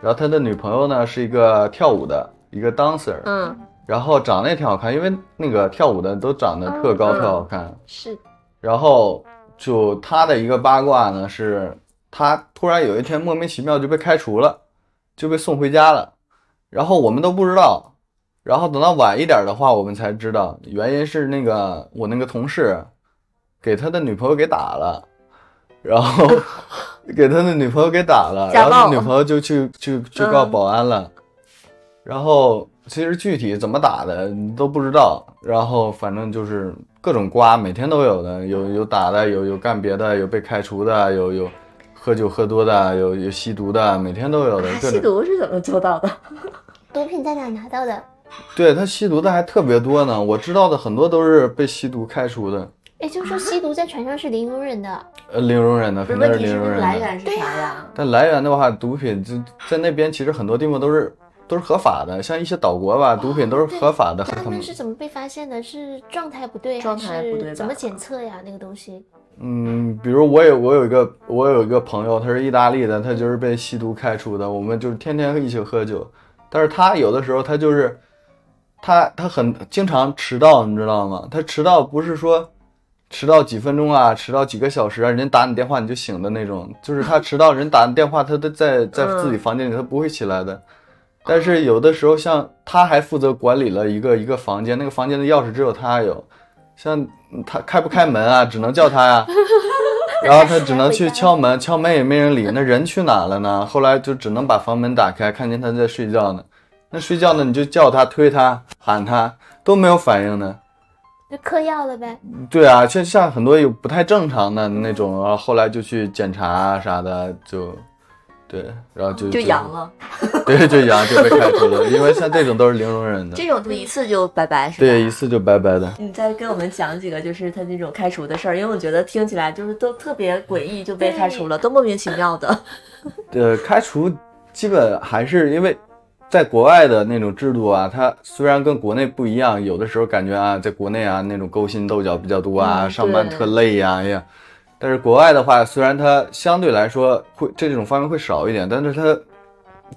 然后他的女朋友呢是一个跳舞的，一个 dancer，嗯，然后长得也挺好看，因为那个跳舞的都长得特高嗯特好看。是然后就他的一个八卦呢是，他突然有一天莫名其妙就被开除了，就被送回家了，然后我们都不知道，然后等到晚一点的话我们才知道，原因是那个我那个同事给他的女朋友给打了。然 后给他的女朋友给打了，然家后他暴女朋友就去去去告嗯保安了。然后其实具体怎么打的你都不知道，然后反正就是各种瓜，每天都有的，有有打的，有有干别的，有被开除的，有有喝酒喝多的，有有吸毒的，每天都有的啊各吸种。毒是怎么做到的？毒品在哪拿到的？对他吸毒的还特别多呢，我知道的很多都是被吸毒开除的，也哎就是说，吸毒在船上是零容 忍的。呃，零容忍的，不是肯定是问题零是容那忍个的。来源是啥呀？但来源的话，毒品就在那边，其实很多地方都是都是合法的，像一些岛国哦吧，毒品都是对合法的。那他他们们是怎么被发现的？是状态不对，状态不对吧还是怎么检测呀？那个东西嗯，比如我有我有一个我有一个朋友，他是意大利的，他就是被吸毒开除的。我们就是天天一起喝酒，但是他有的时候他就是他他很经常迟到，你知道吗？他迟到不是说迟到几分钟啊，迟到几个小时啊，人家打你电话你就醒的那种，就是他迟到，人打你电话，他都在在嗯自己房间里，他不会起来的。但是有的时候，像他还负责管理了一个一个房间，那个房间的钥匙只有他有，像他开不开门啊，只能叫他呀、然后他只能去敲门，敲门也没人理，那人去哪了呢？后来就只能把房门打开，看见他在睡觉呢。那睡觉呢，你就叫他、推他、喊他，都没有反应呢。就嗑药了呗。对啊，就像很多有不太正常的那种，然后后来就去检查啊啥的，就对，然后就就阳，了，对，就阳就被开除了，因为像这种都是零容忍的，这种就一次就拜拜是吧？对，一次就拜拜的。你再跟我们讲几个，就是他那种开除的事儿，因为我觉得听起来就是都特别诡异，就被开除了，都莫名其妙 的。呃，开除基本还是因为在国外的那种制度啊，它虽然跟国内不一样，有的时候感觉啊，在国内啊那种勾心斗角比较多啊，嗯上班对特累呀、哎呀。但是国外的话，虽然它相对来说会这种方面会少一点，但是它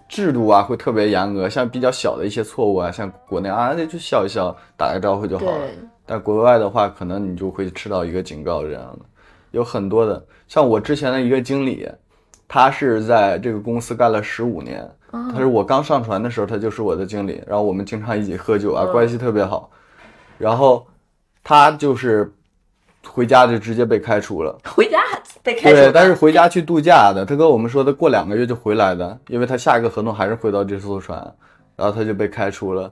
制度啊会特别严格，像比较小的一些错误啊，像国内啊那就笑一笑，打个招呼就好了。但国外的话，可能你就会吃到一个警告这样的，有很多的。像我之前的一个经理，他是在这个公司干了十五年，哦他是我刚上船的时候，他就是我的经理，然后我们经常一起喝酒啊，嗯关系特别好。然后他就是回家就直接被开除了，回家被开除对，了，但是回家去度假的，他跟我们说他过两个月就回来的，因为他下一个合同还是回到这艘船，然后他就被开除了，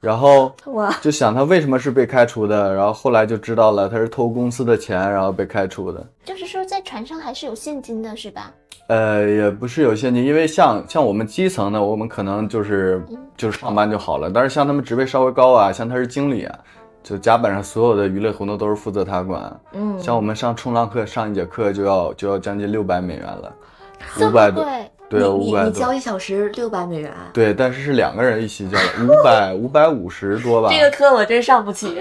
然后哇就想他为什么是被开除的，然后后来就知道了他是偷公司的钱，然后被开除的。就是说在船上还是有现金的，是吧？呃，也不是有现金，因为像像我们基层的，我们可能就是就是上班就好了。但是像他们职位稍微高啊，像他是经理啊，就甲板上所有的娱乐活动都是负责他管。嗯，像我们上冲浪课上一节课就要就要将近六百美元了，这五么百多，贵，对，你五你百你交多，一小时六百美元，对，但是是两个人一起交的， 五百五百五十多吧。这个课我真上不起。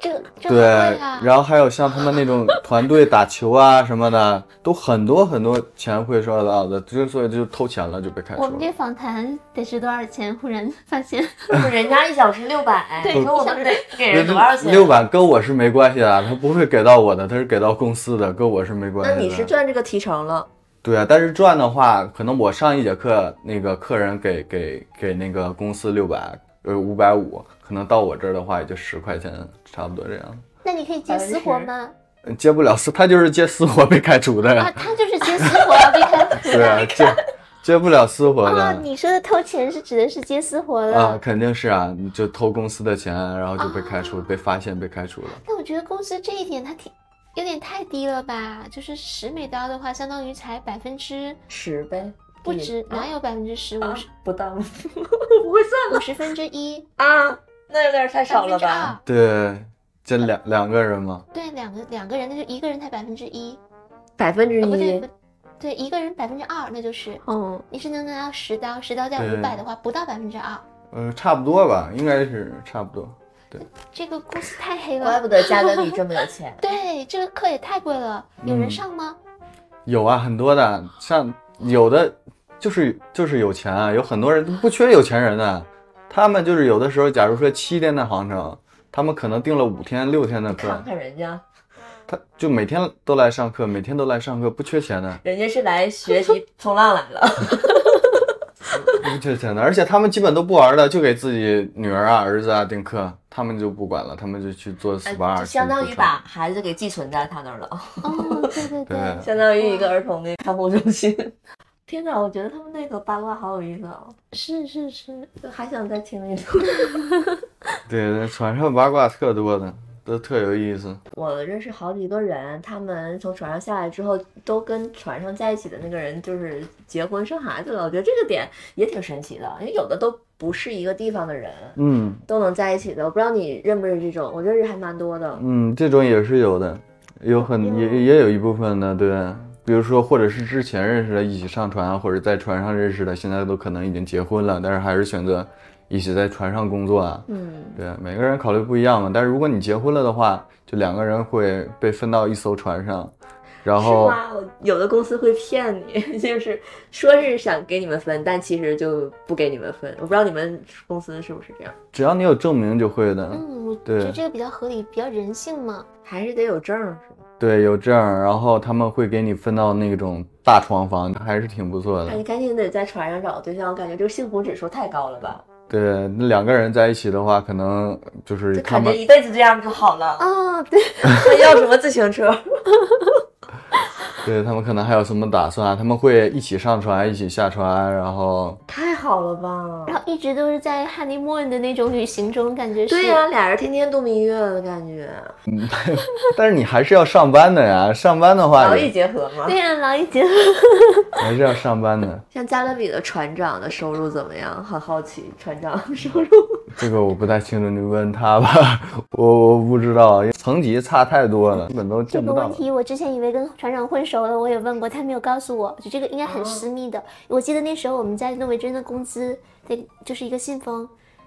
这这么对贵啊，！然后还有像他们那种团队打球啊什么的， 都很多很多钱会收到的，之所以就偷钱了就被开除我们了。这访谈得值多少钱？忽然发现， 不人家一小时六 百，对你说我们得给人多少钱？啊六百跟我是没关系的，他不会给到我的，他是给到公司的，跟我是没关那系的。你是赚这个提成了，对啊，但是赚的话，可能我上一节课那个客人给给给那个公司六百，呃五百五，可能到我这儿的话也就十块钱，差不多这样。那你可以接私活 吗？嗯接不了私，他就是接私活被开除的啊，呀。他就是接私活啊，被开 除对的。啊，接接不了私活的。哦，你说的偷钱是指的是接私活啊，了？肯定是啊，你就偷公司的钱，然后就被开除，被发现，被开除了。但我觉得公司这一点他挺有点太低了吧？就是十美刀的话，相当于才百分之十呗，不止，哪有百分之十五啊十不到， 我不会算五十分之一？啊，那有点 太百少分了之吧？二？对，这两两个人嘛，对，两个两个人，那就一个人才百分之一，百分之啊不对一不，对，一个人百分之二，那就是嗯，你是能拿到十刀，十刀加对五百的话，不到百分之二。呃，差不多吧，应该是差不多。这个公司太黑怪了。不，得加勒比这么有钱 对，这个课也太贵了，有嗯人上吗？有啊，很多的，像有的就是就是有钱啊，有很多人不缺有钱人的、他们就是有的时候，假如说七天的航程，他们可能订了五天、六天的课看，看人家，他就每天都来上课，每天都来上课，不缺钱的，人家是来学 习冲浪来了。不缺钱的。而且他们基本都不玩了，就给自己女儿啊、儿子啊订课，他们就不管了，他们就去做 SPA，、呃就相当于把孩子给寄存在他那儿了，哦，对对对对， 相当于一个儿童的看护中心。 天哪，我觉得他们那个八卦好有意思哦，是是是，就还想再听一听。对，那船上八卦特多的，都特有意思。 我认识好几个人，他们从船上下来之后，都跟船上在一起的那个人就是结婚生孩子了。我觉得这个点也挺神奇的，因为有的都不是一个地方的人，嗯都能在一起的。我不知道你认不认识这种，我认识还蛮多的。嗯，这种也是有的，有很也也有一部分的，对，比如说或者是之前认识的，一起上船啊，或者在船上认识的，现在都可能已经结婚了，但是还是选择一起在船上工作啊。嗯，对，每个人考虑不一样嘛。但是如果你结婚了的话，就两个人会被分到一艘船上，然是后吗？我有的公司会骗你， 就是说是想给你们分，但其实就不给你们分。我不知道你们公司是不是这样，只要你有证明就会的。嗯，我对觉得这个比较合理，比较人性嘛。还是得有证儿，是吧？对，有证儿，然后他们会给你分到那种大床房，还是挺不错的哎，。你赶紧得在船上找对象，我感觉这个幸福指数太高了吧？嗯对，那两个人在一起的话，可能就是就他感觉们啊一辈子这样就好了。哦，对，还要什么自行车？对他们可能还有什么打算？他们会一起上船，一起下船，然 后 太好了吧？然后一直都是在汉尼莫恩的那种旅行中，感觉是对啊呀、俩人天天度蜜月的感觉，但是你还是要上班的呀。上班的话劳逸也结合嘛对。呀、劳逸结合。还是要上班的，像加勒比的船长的收入怎么样？很好奇，船长的收入这个我不太清楚，你问他吧。 我我不知道，因为层级差太多了，基本都这见个不问到。题我之前以为跟船长混熟了，我也问过，他没有告诉我，就这个应该很私密的。我记得那时候我们在诺维珍的工资，对，就是一个信封，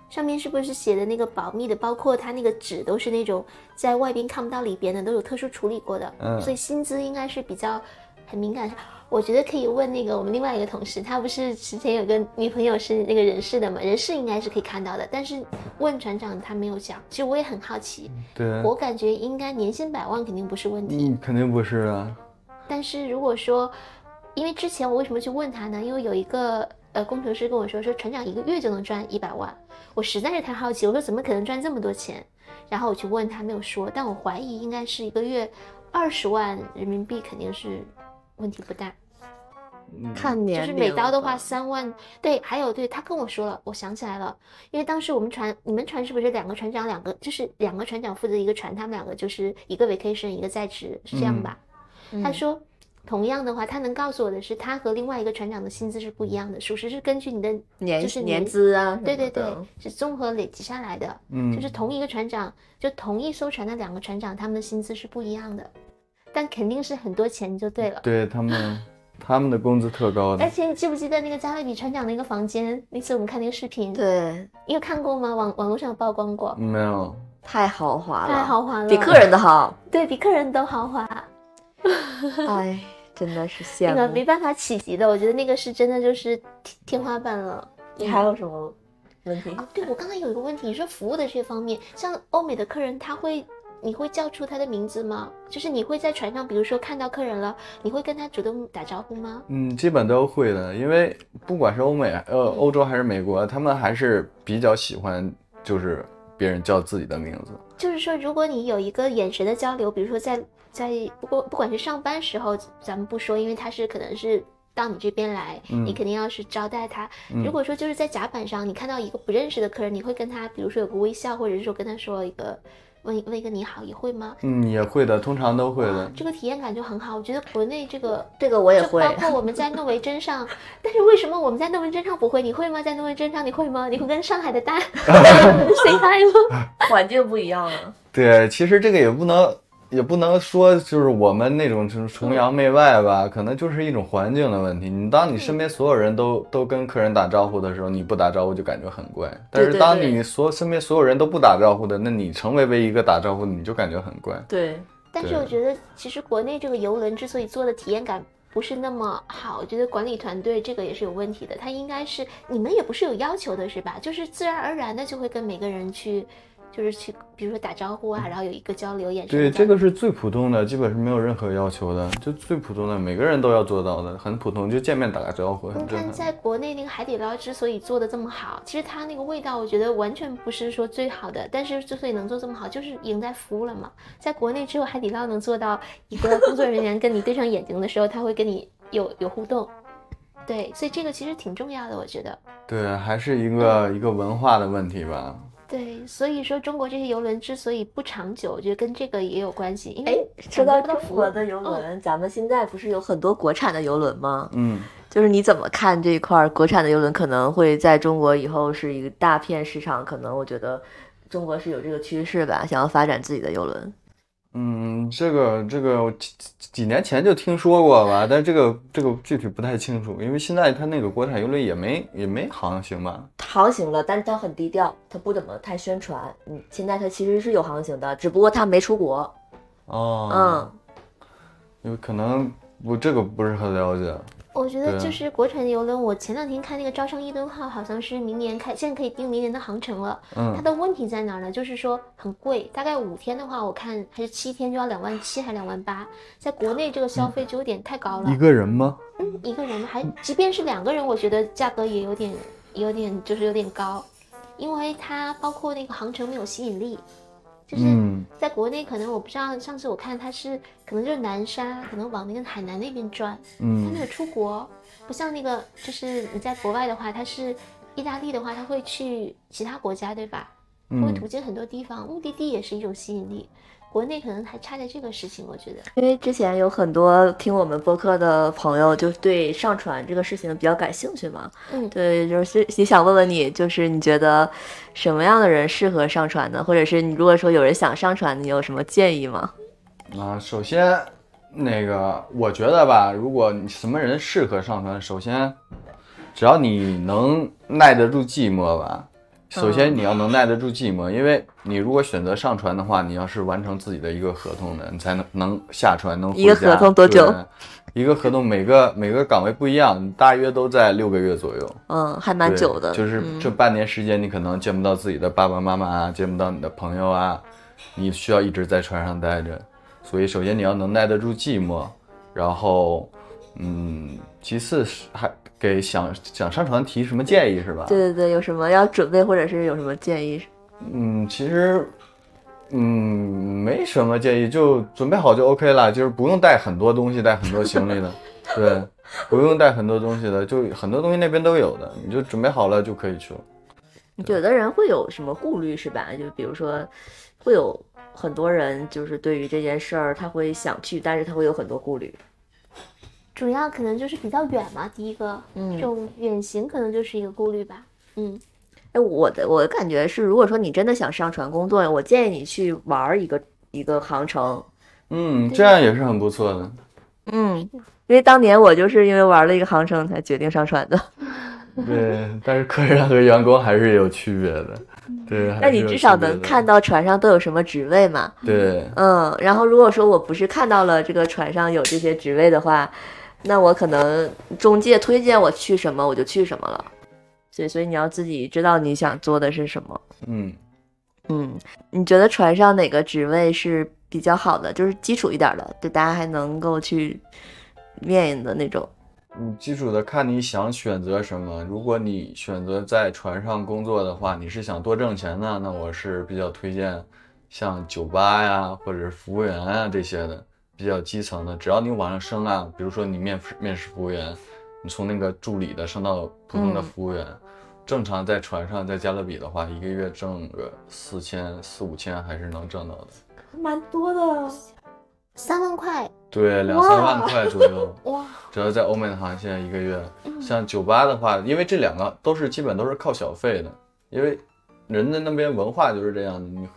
上面是不是写的那个保密的，包括他那个纸都是那种在外边看不到里边的，都有特殊处理过的，嗯所以薪资应该是比较很敏感。我觉得可以问那个我们另外一个同事，他不是之前有个女朋友是那个人事的嘛，人事应该是可以看到的，但是问船长他没有讲，其实我也很好奇，对，我感觉应该年薪百万肯定不是问题，嗯，肯定不是啊。但是如果说，因为之前我为什么去问他呢？因为有一个呃工程师跟我说，说船长一个月就能赚一百万，我实在是太好奇，我说怎么可能赚这么多钱？然后我去问他，没有说，但我怀疑应该是一个月二十万人民币肯定是问题不大，嗯看年就龄是吧，每刀的话三万。对，还有对他跟我说了，我想起来了，因为当时我们船你们船是不是两个船长两个就是两个船长负责一个船，他们两个就是一个 vacation 一个在职，是这样嗯吧？嗯他说，同样的话，他能告诉我的是，他和另外一个船长的薪资是不一样的，属实是根据你的，年就是年你资啊什么对的，对对，是综合累积下来的。嗯，就是同一个船长，就同一艘船的两个船长，他们的薪资是不一样的，但肯定是很多钱就对了。对他们，他们的工资特高而的。且你记不记得那个加勒比船长的一个房间？那次我们看那个视频，对，你有看过吗？网网络上有曝光过，没有，太豪华了，太豪华了，比客人的 好。对比客人都豪华。哎，真的是羡那个慕。没办法企及的，我觉得那个是真的就是天天花板了。你还有什么问题？啊，对我刚才有一个问题，你说服务的这方面，像欧美的客人，他会，你会叫出他的名字吗？就是你会在船上，比如说看到客人了，你会跟他主动打招呼吗？嗯，基本都会的，因为不管是欧美、呃欧洲还是美国，他们还是比较喜欢就是别人叫自己的名字。就是说，如果你有一个眼神的交流，比如说在在不过不管是上班时候，咱们不说，因为他是可能是到你这边来，你嗯肯定要是招待他。嗯如果说就是在甲板上，你看到一个不认识的客人，你会跟他，比如说有个微笑，或者是说跟他说一个问问一个你好，也会吗？嗯，也会的，通常都会哇的。这个体验感就很好。我觉得国内这个这个我也就会包。括我们在诺维真上， 但是为什么我们在诺维真上不会？你会吗？在诺维真上你会吗？你会跟上海 的大 say hi 吗？环境不一样啊，对，其实这个也不能也不能说就是我们那种就是崇洋媚外吧，可能就是一种环境的问题。你当你嗯身边所有人都都跟客人打招呼的时候，你不打招呼就感觉很怪；但对是对当对你所身边所有人都不打招呼的，那你成为唯一一个打招呼的，你就感觉很怪。对，但是对我觉得其实国内这个游轮之所以做的体验感。不是那么好，我觉得管理团队这个也是有问题的。他应该是你们也不是有要求的，是吧？就是自然而然的就会跟每个人去，就是去，比如说打招呼啊，然后有一个交流眼神的嗯对，交这流。个是最普通的，基本是没有任何要求的，就最普通的，每个人都要做到的，很普通，就见面打个招呼，很你正看，常。在国内那个海底捞之所以做的这么好，其实它那个味道，我觉得完全不是说最好的。但是之所以能做这么好，就是赢在服务了嘛。在国内，只有海底捞能做到一个工作人员跟你对上眼睛的时候，他会跟你有有互动。对，所以这个其实挺重要的，我觉得。对，还是一个嗯一个文化的问题吧。对，所以说中国这些游轮之所以不长久，我觉得跟这个也有关系。因哎为，说感到觉不中到服务国的游嗯轮，咱们现在不是有很多国产的游轮吗？嗯，就是你怎么看这一块儿国产的游轮可能会在中国以后是一个大片市场？可能我觉得中国是有这个趋势吧，想要发展自己的游轮。嗯，这个这个我几几几年前就听说过吧，但这个这个具体不太清楚，因为现在它那个国产游轮也没也没航行吧？航行了，但它很低调，它不怎么太宣传。嗯，现在它其实是有航行的，只不过它没出国。哦，嗯，有可能我这个不是很了解。我觉得对就啊是国产的游轮，我前两天看那个招商一吨号，好像是明年开，现在可以定明年的航程了。它嗯，的问题在哪儿呢？就是说很贵，大概五天的话，我看还是七天就要两万七还两万八，在国内这个消费就有点太高了。一个人吗？一个人还，即便是两个人，我觉得价格也有点，有点就是有点高，因为它包括那个航程没有吸引力。就是嗯，在国内可能我不知道，上次我看他是可能就是南沙，可能往那个海南那边转，他没嗯有出国，不像那个就是你在国外的话，他是意大利的话，他会去其他国家，对吧？他会嗯途经很多地方，目的地也是一种吸引力。国内可能还差在这个事情，我觉得。因为之前有很多听我们播客的朋友，就对上传这个事情比较感兴趣嘛。嗯对，就是也想问问你，就是你觉得什么样的人适合上传呢？或者是你如果说有人想上传，你有什么建议吗？啊，首先那个我觉得吧，如果你什么人适合上传，首先只要你能耐得住寂寞吧。首先你要能耐得住寂寞，因为你如果选择上传的话，你要是完成自己的一个合同的，你才能能下传能回一个家合同多久对一个合同每个每个岗位不一样，大约都在六个月左右。嗯，还蛮对久的，就是嗯这半年时间，你可能见不到自己的爸爸妈妈啊，见不到你的朋友啊，你需要一直在船上待着。所以，首先你要能耐得住寂寞，然后，嗯，其次是还给想想上船提什么建议是吧？对对对，有什么要准备，或者是有什么建议？嗯，其实，嗯，没什么建议，就准备好就 OK 了，就是不用带很多东西，带很多行李的，对，不用带很多东西的，就很多东西那边都有的，你就准备好了就可以去了。有的人会有什么顾虑是吧？就比如说，会有很多人就是对于这件事儿，他会想去，但是他会有很多顾虑。主要可能就是比较远嘛，第一个，嗯这种远行可能就是一个顾虑吧。嗯，哎，我的我的感觉是，如果说你真的想上船工作，我建议你去玩儿一个一个航程。嗯，这样也是很不错的。嗯，因为当年我就是因为玩了一个航程才决定上船的。对，但是客人和员工还是有区别的。对，嗯那你至少能看到。到船上都有什么职位嘛？对，嗯，然后如果说我不是看到了这个船上有这些职位的话，那我可能中介推荐我去什么我就去什么了。所以，所以你要自己知道你想做的是什么。嗯，嗯，你觉得船上哪个职位是比较好的，就是基础一点儿的，对大家还能够去面应的那种？你基础的看你想选择什么。如果你选择在船上工作的话，你是想多挣钱呢，那我是比较推荐像酒吧呀，或者是服务员啊这些的，比较基层的。只要你往上升啊，比如说你面试面试服务员，你从那个助理的升到普通的嗯服务员。正常在船上，在加勒比的话，一个月挣个四千四五千还是能挣到的。蛮多的，三万块，对，两三万块左右，哇，只要在欧美的航线一个月。像酒吧的话，因为这两个都是基本都是靠小费的，因为人家那边文化就是这样的，你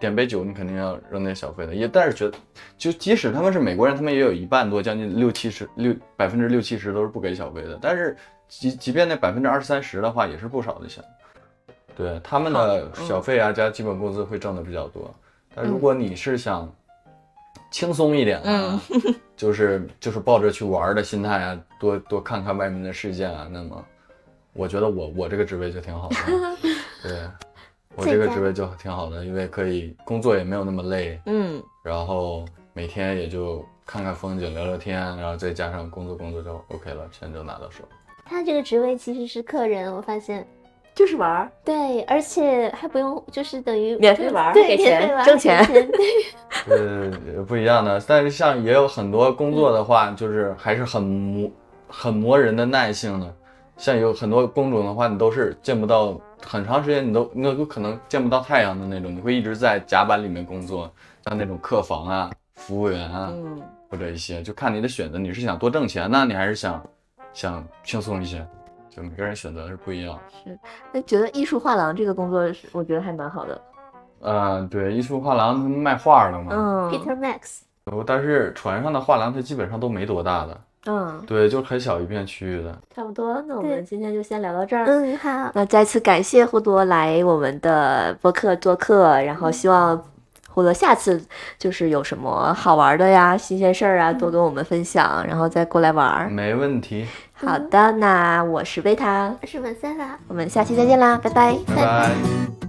点杯酒你肯定要扔点小费的。也但是觉得，就即使他们是美国人，他们也有一半多，将近六七十六百分之六七十都是不给小费的。但是即即便那百分之二三十的话，也是不少的钱。对他们的好嗯小费啊加基本工资会挣的比较多。但如果你是想轻松一点啊， 就是就是抱着去玩儿的心态啊，多多看看外面的世界啊，那么我觉得我我这个职位就挺好的，对我这个职位就挺好的，因为可以工作也没有那么累，嗯，然后每天也就看看风景、聊聊天，然后再加上工作工作就 OK 了，钱就拿到手。他这个职位其实是客人，我发现，就是玩儿。对，而且还不用，就是等于免费玩儿对，给免钱费玩儿挣给钱钱， 对，呃，不一样的。但是像也有很多工作的话，就是还是很磨很磨人的耐性的。像有很多工种的话，你都是见不到很长时间，你都你都可能见不到太阳的那种，你会一直在甲板里面工作，像那种客房啊、服务员啊，嗯，或者一些，就看你的选择，你是想多挣钱呢，你还是想想轻松一些，就每个人选择是不一样。那觉得艺术画廊这个工作，是我觉得还蛮好的。嗯、对，艺术画廊他们卖画的嘛，嗯 Peter Max，但是船上的画廊它基本上都没多大的。嗯，对，就是很小一片区域的。差不多，那我对们今天就先聊到这儿。嗯，好，那再次感谢胡多来我们的播客做客，然后希望胡多下次就是有什么好玩的呀、新鲜事儿啊，多跟我们分享，然后再过来玩儿。没问题，好的，那我是贝塔，我是文森啦。我们下期再见啦，拜拜。拜拜。